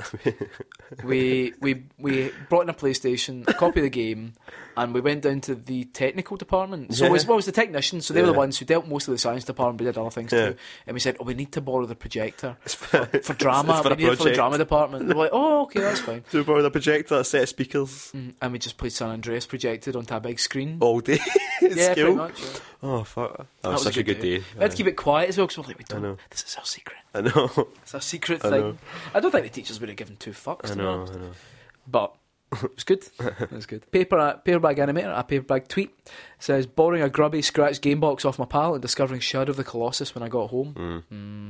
S1: we we we brought in a PlayStation, a copy of the game, and we went down to the technical department. So it was
S2: Yeah.
S1: well, it was the technicians, so they were the
S2: Yeah.
S1: ones who dealt most of the science department, but did other things
S2: Yeah.
S1: too. And we said, oh, we need to borrow the projector
S2: for,
S1: for
S2: [laughs]
S1: drama.
S2: for
S1: we
S2: a
S1: need it for the
S2: project.
S1: drama department. They
S2: [laughs]
S1: were like, oh, okay, that's fine.
S2: So we borrowed a projector, a set of speakers
S1: Mm, And we just played San Andreas projected onto a big screen.
S2: all day. [laughs] at
S1: yeah,
S2: school.
S1: pretty much. yeah.
S2: Oh, fuck. That, was, such a good day.
S1: We had to keep it quiet as well because we're like, we
S2: I
S1: don't.
S2: know.
S1: This is our secret.
S2: [laughs]
S1: [laughs]
S2: I know.
S1: It's a secret
S2: I
S1: thing.
S2: know.
S1: I don't think the teachers would have given two fucks.
S2: I
S1: to be
S2: know.
S1: honest.
S2: I know.
S1: But it's
S2: [laughs]
S1: good. It's good. Paper paperback animator, a paperback tweet says borrowing a grubby scratch game box off my pal and discovering Shadow of the Colossus when I got home.
S2: Mm.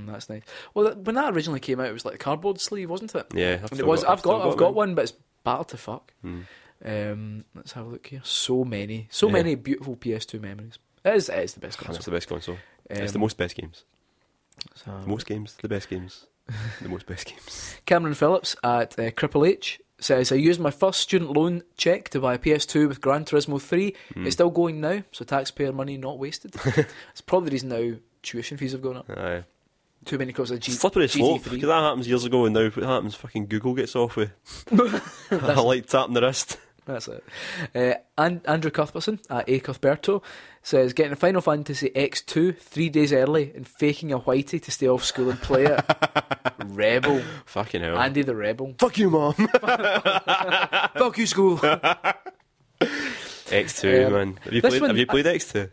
S1: Mm, that's nice. Well, that- when that originally came out, it was like a cardboard sleeve, wasn't it?
S2: Yeah, I've
S1: And it
S2: still
S1: was. I've
S2: still
S1: got. I've got
S2: mine.
S1: one, but it's battle to fuck.
S2: Mm.
S1: Um, let's have a look here. So many, so
S2: Yeah.
S1: many beautiful PS2 memories. It is. It is the best console.
S2: It's the best console. it's the
S1: Um,
S2: most best games.
S1: so-
S2: The most games. The
S1: [laughs]
S2: best games. the most best games. [laughs]
S1: Cameron Phillips at uh, Cripple H says, I used my first student loan check to buy a PS2 with Gran Turismo 3.
S2: Hmm.
S1: It's still going now, so taxpayer money not
S2: [laughs]
S1: wasted. it's probably the reason now tuition fees have gone up.
S2: Aye.
S1: Too many costs of G-
S2: Slippery slope. Because
S1: GT3.
S2: that happens years ago, and now it happens. Fucking Google gets off [laughs] with. I like tapping the wrist.
S1: That's it. Uh, and Andrew Cuthbertson at A Cuthberto says, getting Final Fantasy X2 three days early and faking a whitey to stay off school and play
S2: [laughs]
S1: it. rebel.
S2: Fucking hell.
S1: Andy the Rebel.
S2: Fuck you, mom.
S1: Fuck you, school.
S2: X [laughs] two,
S1: Um,
S2: man. Have you
S1: this
S2: played?
S1: one-
S2: have you played X two?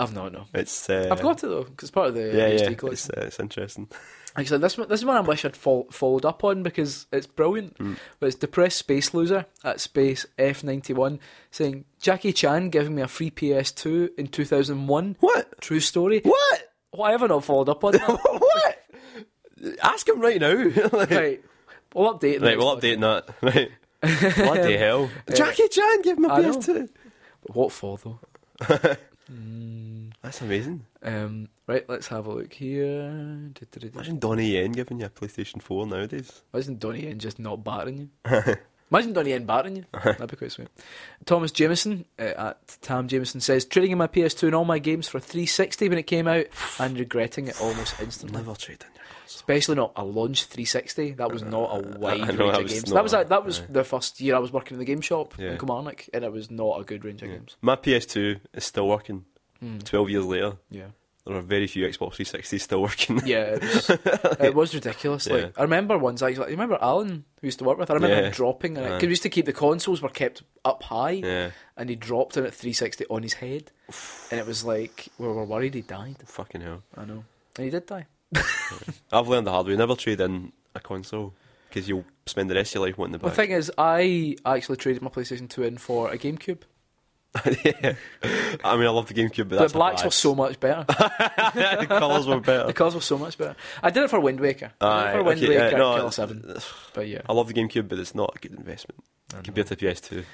S1: I've not, no.
S2: It's. Uh,
S1: I've got it though, 'cause it's part of the
S2: Yeah,
S1: HD
S2: yeah.
S1: collection.
S2: It's, uh, it's interesting.
S1: Like I said, this one, this is one I wish I'd fol- followed up on because it's brilliant.
S2: Hmm.
S1: But it's depressed space loser at space F ninety one saying Jackie Chan giving me a free PS two in two thousand one.
S2: What?
S1: True story.
S2: [laughs] What? [laughs]
S1: Why have I not followed up on that?
S2: what? Ask him [laughs] right now. like, [laughs] right,
S1: right, we'll update. it in the next
S2: we'll
S1: podcast.
S2: update that. [laughs] Right. [laughs] Bloody hell. Jackie Chan, give him a
S1: I know.
S2: PS2.
S1: What for though?
S2: That's amazing.
S1: Um, right, let's have a look here. Du-du-du-du.
S2: Imagine Donnie Yen giving you a PlayStation 4 nowadays.
S1: Imagine Donnie Yen just not battering you.
S2: [laughs]
S1: Imagine Donnie Yen battering you. That'd be quite sweet. Thomas Jameson uh, at Tam Jameson says trading in my PS2 and all my games for 360 when it came out and regretting it almost instantly.
S2: Never trade in your console.
S1: Especially not a launch 360. That was not a wide
S2: [laughs] I
S1: range
S2: know, that
S1: of
S2: was
S1: games.
S2: not-
S1: that was like, that was
S2: aye.
S1: the first year I was working in the game shop
S2: Yeah.
S1: in Kilmarnock, and it was not a good range of games.
S2: My PS2 is still working. 12 years later,
S1: Yeah,
S2: there are very few Xbox 360s still working.
S1: yeah, it was, it was ridiculous.
S2: Yeah.
S1: Like I remember ones I you remember Alan who used to work with. I remember
S2: Yeah. Uh-huh.
S1: him dropping, and
S2: Aye.
S1: because we used to keep the consoles were kept up high.
S2: [laughs] yeah.
S1: and he dropped in at 360 on his head. And it was like, we were worried he died.
S2: Fucking hell.
S1: I know. And he did die.
S2: I've learned the hard way. Never trade in a console because you'll spend the rest of your life wanting the
S1: The
S2: back.
S1: thing is, I actually traded my PlayStation 2 in for a GameCube.
S2: yeah. I mean, I love the GameCube, but
S1: The
S2: that's a
S1: blacks
S2: bias.
S1: were so much better.
S2: [laughs] the colours were
S1: [laughs]
S2: better.
S1: the colours were so much better. I did it for Wind Waker. I did it
S2: Aye,
S1: for Wind
S2: okay,
S1: Waker
S2: yeah,
S1: and
S2: no,
S1: Killer 7. But
S2: [laughs]
S1: yeah.
S2: I love the GameCube, but it's not a good investment compared
S1: [laughs]
S2: to [laughs] PS2.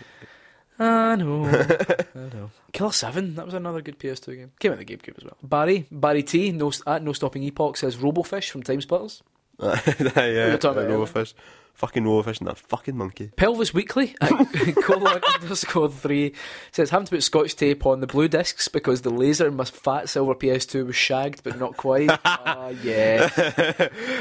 S1: I know. I know. Killer 7, that was another good PS2 game. Came out the GameCube as well. Barry, Barry T, no, at No Stopping Epoch, says Robofish from Time Splitters.
S2: yeah,
S1: talking about
S2: Robofish. fucking roller fish and that fucking monkey. [laughs]
S1: Pelvis Weekly at [laughs] colon underscore three says having to put scotch tape on the blue discs because the laser in my fat silver PS2 was shagged but not
S2: [laughs]
S1: quite. Ah, yeah.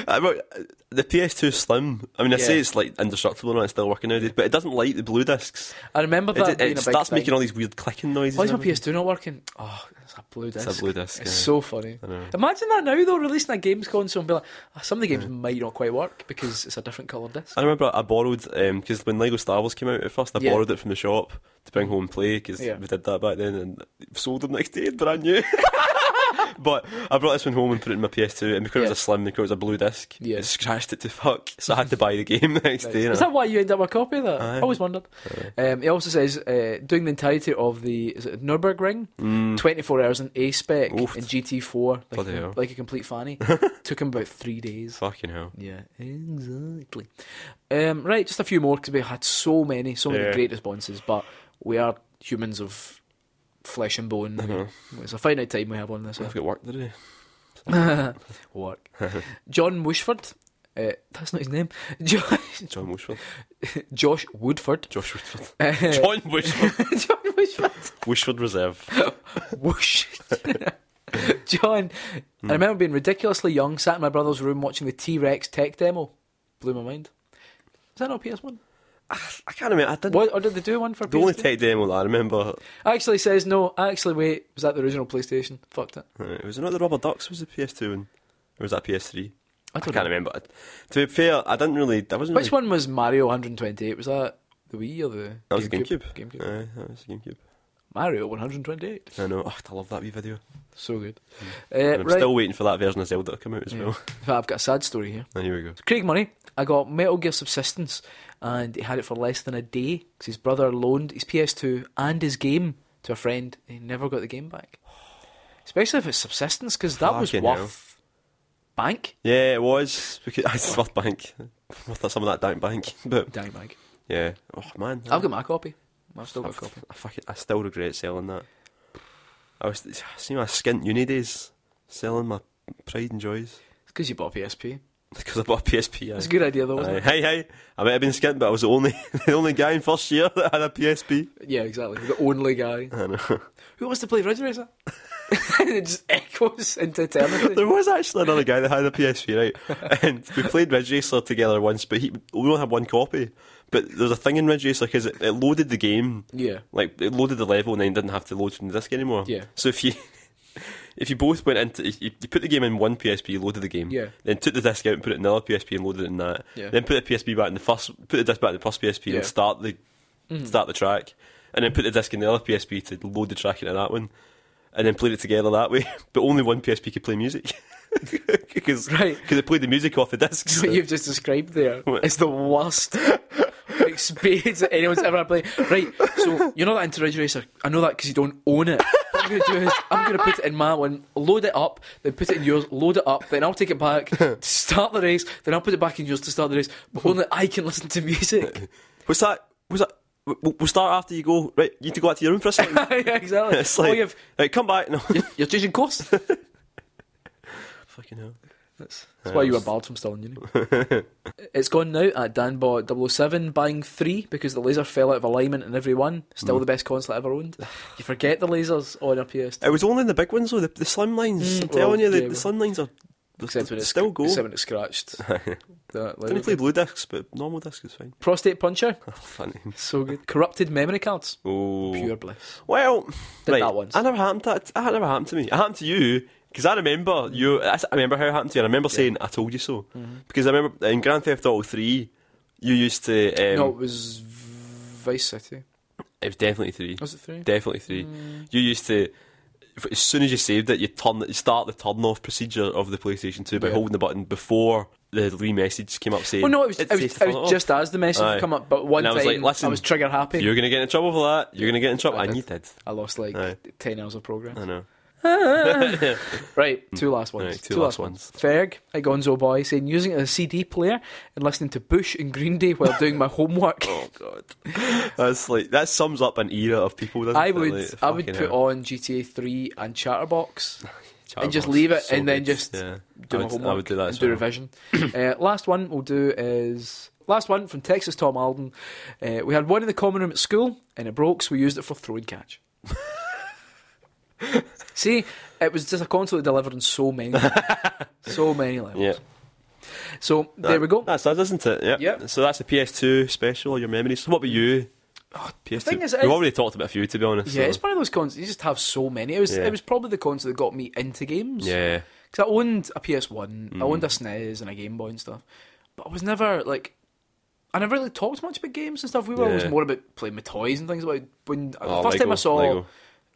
S2: I mean, Uh, the PS2 Slim. I mean, I say
S1: Yeah.
S2: it's like indestructible and it's still working nowadays, but it doesn't like the blue discs.
S1: I remember
S2: It,
S1: that
S2: it,
S1: being
S2: it
S1: a big
S2: starts
S1: thing.
S2: making all these weird clicking noises.
S1: Why is my
S2: and
S1: PS2
S2: everything.
S1: not working? Oh, it's a blue disc.
S2: It's a blue disc.
S1: It's
S2: yeah.
S1: so funny.
S2: I know.
S1: Imagine that now though, releasing a games console and be like, "Ah, some of the games might not quite work because it's a different colour
S2: [laughs]
S1: disc.
S2: I remember I borrowed because when Lego Star Wars came out at first, I
S1: Yeah.
S2: borrowed it from the shop to bring home and play because
S1: Yeah.
S2: we did that back then and sold them next day [laughs]
S1: [laughs]
S2: brand new. but I brought this one home and put it in my PS2, and because it
S1: Yeah.
S2: was a slim, because it was a blue disc,
S1: Yeah.
S2: it scratched it to fuck. So I had to buy the game [laughs] the next day. and
S1: Is
S2: I-
S1: that why you end up with a copy of that?
S2: Aye.
S1: I always wondered. Um, he also says uh, doing the entirety of the is it Nurburgring,
S2: Mm.
S1: 24 hours in A spec and
S2: Oof.
S1: GT4, like,
S2: Bloody hell.
S1: like a complete
S2: [laughs]
S1: fanny. Took him about three days.
S2: Fucking hell.
S1: Yeah, exactly. Um, right, just a few more because we had so many, so many
S2: Yeah.
S1: great responses, but we are humans of flesh and bone.
S2: I know.
S1: It's a finite time we have on this.
S2: I've got work today. [laughs]
S1: Work. John Wishford. Uh, that's not his name. Jo- [laughs]
S2: John Wishford.
S1: Josh Woodford.
S2: Josh Wishford.
S1: [laughs] Uh,
S2: John Wishford.
S1: John Wishford. [laughs]
S2: Wishford Reserve.
S1: Whoosh. [laughs] John,
S2: Hmm.
S1: I remember being ridiculously young, sat in my brother's room watching the T Rex tech demo. Blew my mind. Is that not PS1?
S2: I can't remember. I didn't.
S1: What, or did they do one for
S2: The
S1: PS2?
S2: only tech demo that I remember,
S1: actually says no. Actually, wait, was that the original PlayStation? Fucked it.
S2: uh, was it not the Rubber Ducks? Was the PS2 one? Or was that PS3?
S1: I
S2: I,
S1: don't
S2: can't
S1: know.
S2: remember. To be fair, I didn't really. I wasn't.
S1: Which
S2: really,
S1: one was Mario 128? Was that the Wii or the?
S2: That was
S1: GameCube?
S2: GameCube. Aye, that was GameCube.
S1: Mario 128.
S2: I know. Oh, I love that wee video.
S1: So good.
S2: Hmm. And
S1: Uh,
S2: I'm
S1: Eh, right.
S2: still waiting for that version of Zelda to come out as well. [laughs]
S1: Yeah. I've got a sad story here.
S2: And here we go.
S1: Craig Money, I got Metal Gear Subsistence, and he had it for less than a day 'cause his brother loaned his PS2 and his game to a friend. and He never got the game back, especially if it's Subsistence, because that was
S2: Fucking
S1: worth
S2: hell.
S1: bank.
S2: Yeah, it was. Because [laughs] it's worth bank. Worth some of that dank bank. [laughs] But
S1: Dang bank.
S2: yeah. Oh man.
S1: I've got my copy. I've still got a
S2: I,
S1: copy.
S2: I fucking. I still regret selling that. I was see my skint uni days selling my pride and joys [laughs]
S1: It's because you bought a PSP.
S2: because I bought a PSP.
S1: It's a
S2: Aye.
S1: good idea though, wasn't
S2: Aye.
S1: it?
S2: Hey, hey! I might have been skint, but I was the only [laughs] the only guy in first year that had a PSP.
S1: Yeah, exactly. The only guy
S2: I know. [laughs]
S1: who wants to play Ridge Racer. [laughs] it just echoes into eternity.
S2: There was actually another guy that had
S1: [laughs]
S2: a PSP, right? And we played Ridge Racer together once, but he, we only had one copy. But there's a thing in Ridge Racer because it, it loaded the game,
S1: Yeah.
S2: like it loaded the level, and then didn't have to load from the disc anymore.
S1: Yeah.
S2: So if you [laughs] if you both went into you, you put the game in one PSP, you loaded the game,
S1: Yeah.
S2: Then took the disc out and put it in another PSP and loaded it in that.
S1: Yeah.
S2: Then put the PSP back in the first, put the disc back in the first PSP
S1: Yeah. Mm-hmm.
S2: and start the start the track, and then put the disc in the other PSP to load the track into that one. And then played it together that way, [laughs] but only one PSP could play music [laughs] because
S1: Right.
S2: it played the music off the discs.
S1: what you've just described there
S2: [laughs] What?
S1: is the
S2: [laughs]
S1: worst experience that anyone's ever had played. Right, so you're not that into Ridge Racer. I know that because you don't own it. What I'm going to do is I'm going to put it in my one, load it up, then put it in yours, load it up, then I'll take it back
S2: [laughs]
S1: to start the race, then I'll put it back in yours to start the race, but only I can listen to
S2: [laughs]
S1: music. [laughs]
S2: What's that? What's that? We- We'll we'll start after you go. Right, you need to go back to your room for a second. [laughs]
S1: yeah, exactly.
S2: It's
S1: oh,
S2: like,
S1: you've,
S2: right, come back. No,
S1: you're, you're changing course.
S2: fucking hell.
S1: That's, that's why you were barred from still in uni. [laughs] it's gone now at Danbot 007, buying three because the laser fell out of alignment in every one.
S2: Mm.
S1: Still the best console I ever
S2: [sighs]
S1: owned. You forget the lasers on a PS2.
S2: It was only in the big ones though, the, the slim lines.
S1: Mm,
S2: I'm telling
S1: well,
S2: you, the,
S1: yeah,
S2: the
S1: well.
S2: slim lines are they
S1: Except when it's
S2: still go.
S1: Except when it's
S2: [laughs]
S1: scratched. That
S2: Didn't
S1: laser.
S2: play blue discs, but normal disc is fine. [laughs] Oh,
S1: Prostate puncher.
S2: Funny.
S1: So
S2: [laughs]
S1: good. Corrupted memory cards.
S2: Oh.
S1: Pure bliss.
S2: Well,
S1: Did
S2: right,
S1: that once.
S2: I never happened. To, that never happened to me. It happened to you because I remember you. I s- I remember how it happened to you. I remember saying, "I told you so,"
S1: Mm-hmm.
S2: because I remember in Grand Theft Auto Three, you used to. Um,
S1: no, it was Vice City.
S2: it was definitely three.
S1: Was it three?
S2: Definitely three.
S1: Mm.
S2: You used to. f- As soon as you saved it, you turn, you start the turn off procedure of the PlayStation 2 by
S1: Yeah.
S2: holding the button before the re message came up saying.
S1: Well, Oh, no, it was,
S2: "It's
S1: it
S2: safe
S1: was,
S2: to
S1: it
S2: turn
S1: was
S2: it
S1: just as the message
S2: Aye.
S1: come up, but one
S2: And I was
S1: time
S2: like, listen,
S1: I was trigger happy.
S2: off. You're going to get in trouble for that. You're going to get in trouble.
S1: I
S2: and
S1: did.
S2: you did.
S1: I lost like
S2: Aye.
S1: 10 hours of program.
S2: I know.
S1: Right, two last ones.
S2: Hmm. Right, two last ones.
S1: Ferg, a Gonzo boy, saying using it as a CD player and listening to Bush and Green Day while doing my homework. [laughs]
S2: [laughs] Oh god, that's like that sums up an era of people. Doesn't
S1: I
S2: it?
S1: would,
S2: Like,
S1: I would
S2: fucking
S1: put
S2: hell.
S1: on GTA Three and
S2: [laughs]
S1: Chatterbox and just
S2: Charles,
S1: leave it,
S2: so
S1: and then
S2: good.
S1: just
S2: yeah.
S1: do
S2: I
S1: my
S2: would,
S1: homework [clears throat]
S2: I would do that.
S1: and
S2: As
S1: do
S2: well.
S1: revision. uh, last one we'll do is Last one from Texas Tom Alden. Uh, we had one in the common room at school, and it broke, so we used it for throw and
S2: [laughs]
S1: catch. See, it was just a constantly delivered on so
S2: [laughs]
S1: many, so many levels.
S2: Yeah.
S1: So there we go.
S2: That's us, isn't it? Yeah.
S1: Yep.
S2: So that's the PS2 special, your memories. So what about you? PS2.
S1: Oh, thing is, it
S2: We've
S1: is-
S2: already talked about a few, to be honest.
S1: Yeah,
S2: so-
S1: it's one of those cons. You just have so many. It was
S2: Yeah.
S1: it was probably the cons that got me into games.
S2: yeah. [laughs] Mm.
S1: because I owned a PS One, I owned a SNES and a Game Boy and stuff, but I was never like, I never really talked much about games and stuff. We were always
S2: Yeah.
S1: more about playing with toys and things. Like when
S2: Oh,
S1: the first time
S2: Lego,
S1: I saw,
S2: Lego.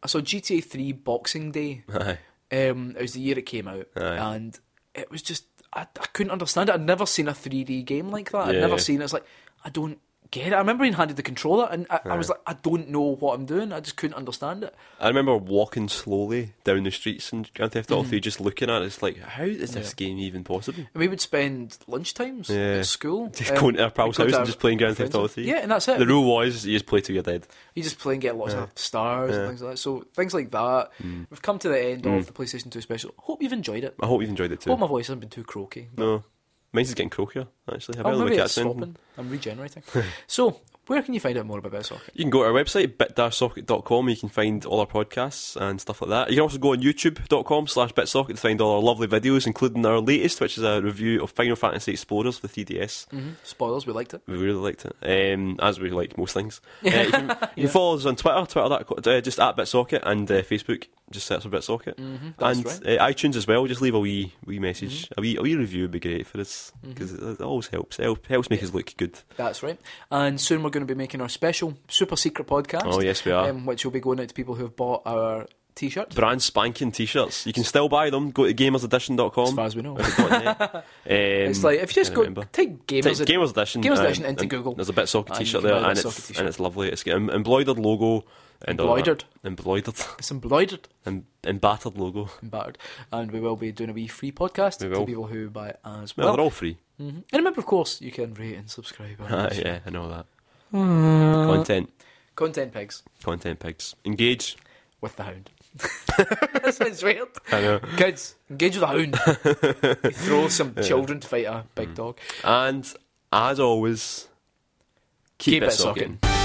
S1: I saw GTA Three Boxing Day.
S2: Aye.
S1: Um, it was the year it came out,
S2: Aye.
S1: and it was just I, I couldn't understand it. I'd never seen a 3D game like that. I'd
S2: Yeah.
S1: never seen it. It's like I don't get it. I remember being handed the controller, and I, I was like, I don't know what I'm doing. I just couldn't understand it.
S2: I remember walking slowly down the streets in Grand Theft Auto
S1: Mm-hmm.
S2: 3, just looking at it. It's like, how is this game even possible?
S1: And we would spend lunchtimes
S2: Yeah.
S1: at school,
S2: [laughs] Just
S1: um,
S2: going to our pal's
S1: we'd go
S2: house
S1: to
S2: and
S1: our
S2: just playing Grand Theft Auto
S1: friends'
S2: 3.
S1: Yeah, and that's it.
S2: The rule was you just play till you're dead.
S1: You just play and get lots of stars and things like that. So things like that.
S2: Mm.
S1: We've come to the end of the PlayStation 2 special. Hope you've enjoyed it.
S2: I hope you've enjoyed it too.
S1: Hope Oh my voice hasn't been too croaky.
S2: no. Mine's is getting croakier, actually. I
S1: Oh,
S2: better look
S1: maybe
S2: at
S1: it's
S2: it soon.
S1: stopping. I'm regenerating. [laughs] so, where can you find out more about BitSocket?
S2: You can go to our website, bitdarsocket.com, you can find all our podcasts and stuff like that. You can also go on youtube.com slash bitsocket to find all our lovely videos, including our latest, which is a review of Final Fantasy Explorers for the 3DS.
S1: hmm Spoilers, we liked it.
S2: We really liked it, um, as we like
S1: [laughs]
S2: most things. Uh,
S1: Yeah.
S2: you can, you can follow us on Twitter, twitter uh, just at bitsocket, and uh, Facebook, just search for bitsocket.
S1: Mhm, that's
S2: and
S1: right. Mm-hmm.
S2: uh, iTunes as well, just leave a wee, wee message. A, wee, a wee review would be great for us, because it, it always helps. It help, helps make us look good.
S1: That's right. And soon we're going to be making our special super secret podcast.
S2: Oh, yes, we are.
S1: Um, which will be going out to people who have bought our t shirt,
S2: brand spanking t-shirts. You can still buy them. Go to
S1: as far
S2: gamersedition.com.
S1: as we know.
S2: um,
S1: [laughs] it's like, if you just
S2: can't
S1: go,
S2: remember.
S1: take
S2: Type
S1: Gamers,
S2: Gamers Edition.
S1: Gamers
S2: and-
S1: Edition into
S2: and
S1: Google.
S2: There's a bit socket
S1: and you
S2: t-shirt
S1: can
S2: there,
S1: buy a
S2: and
S1: Bitsocket
S2: it's,
S1: t-shirt.
S2: and it's lovely. It's got an embroidered logo and all that.
S1: Embroidered.
S2: embroidered,
S1: it's embroidered.
S2: and, and battered logo.
S1: and battered. And we will be doing a wee free podcast
S2: We
S1: to
S2: will.
S1: people who buy it as
S2: Well,
S1: well.
S2: they're all [laughs] free.
S1: Mhm. And remember, of course, you can rate and subscribe. on
S2: Ah,
S1: this.
S2: yeah, I know that.
S1: Uh,
S2: Content,
S1: Content pigs
S2: content pigs. Engage.
S1: with the hound. [laughs] that sounds weird.
S2: I know.
S1: Kids, engage with the hound.
S2: [laughs]
S1: You throw some children
S2: Mm.
S1: to fight a big dog.
S2: And as always, keep,
S1: Keep
S2: it
S1: it socking.
S2: socking.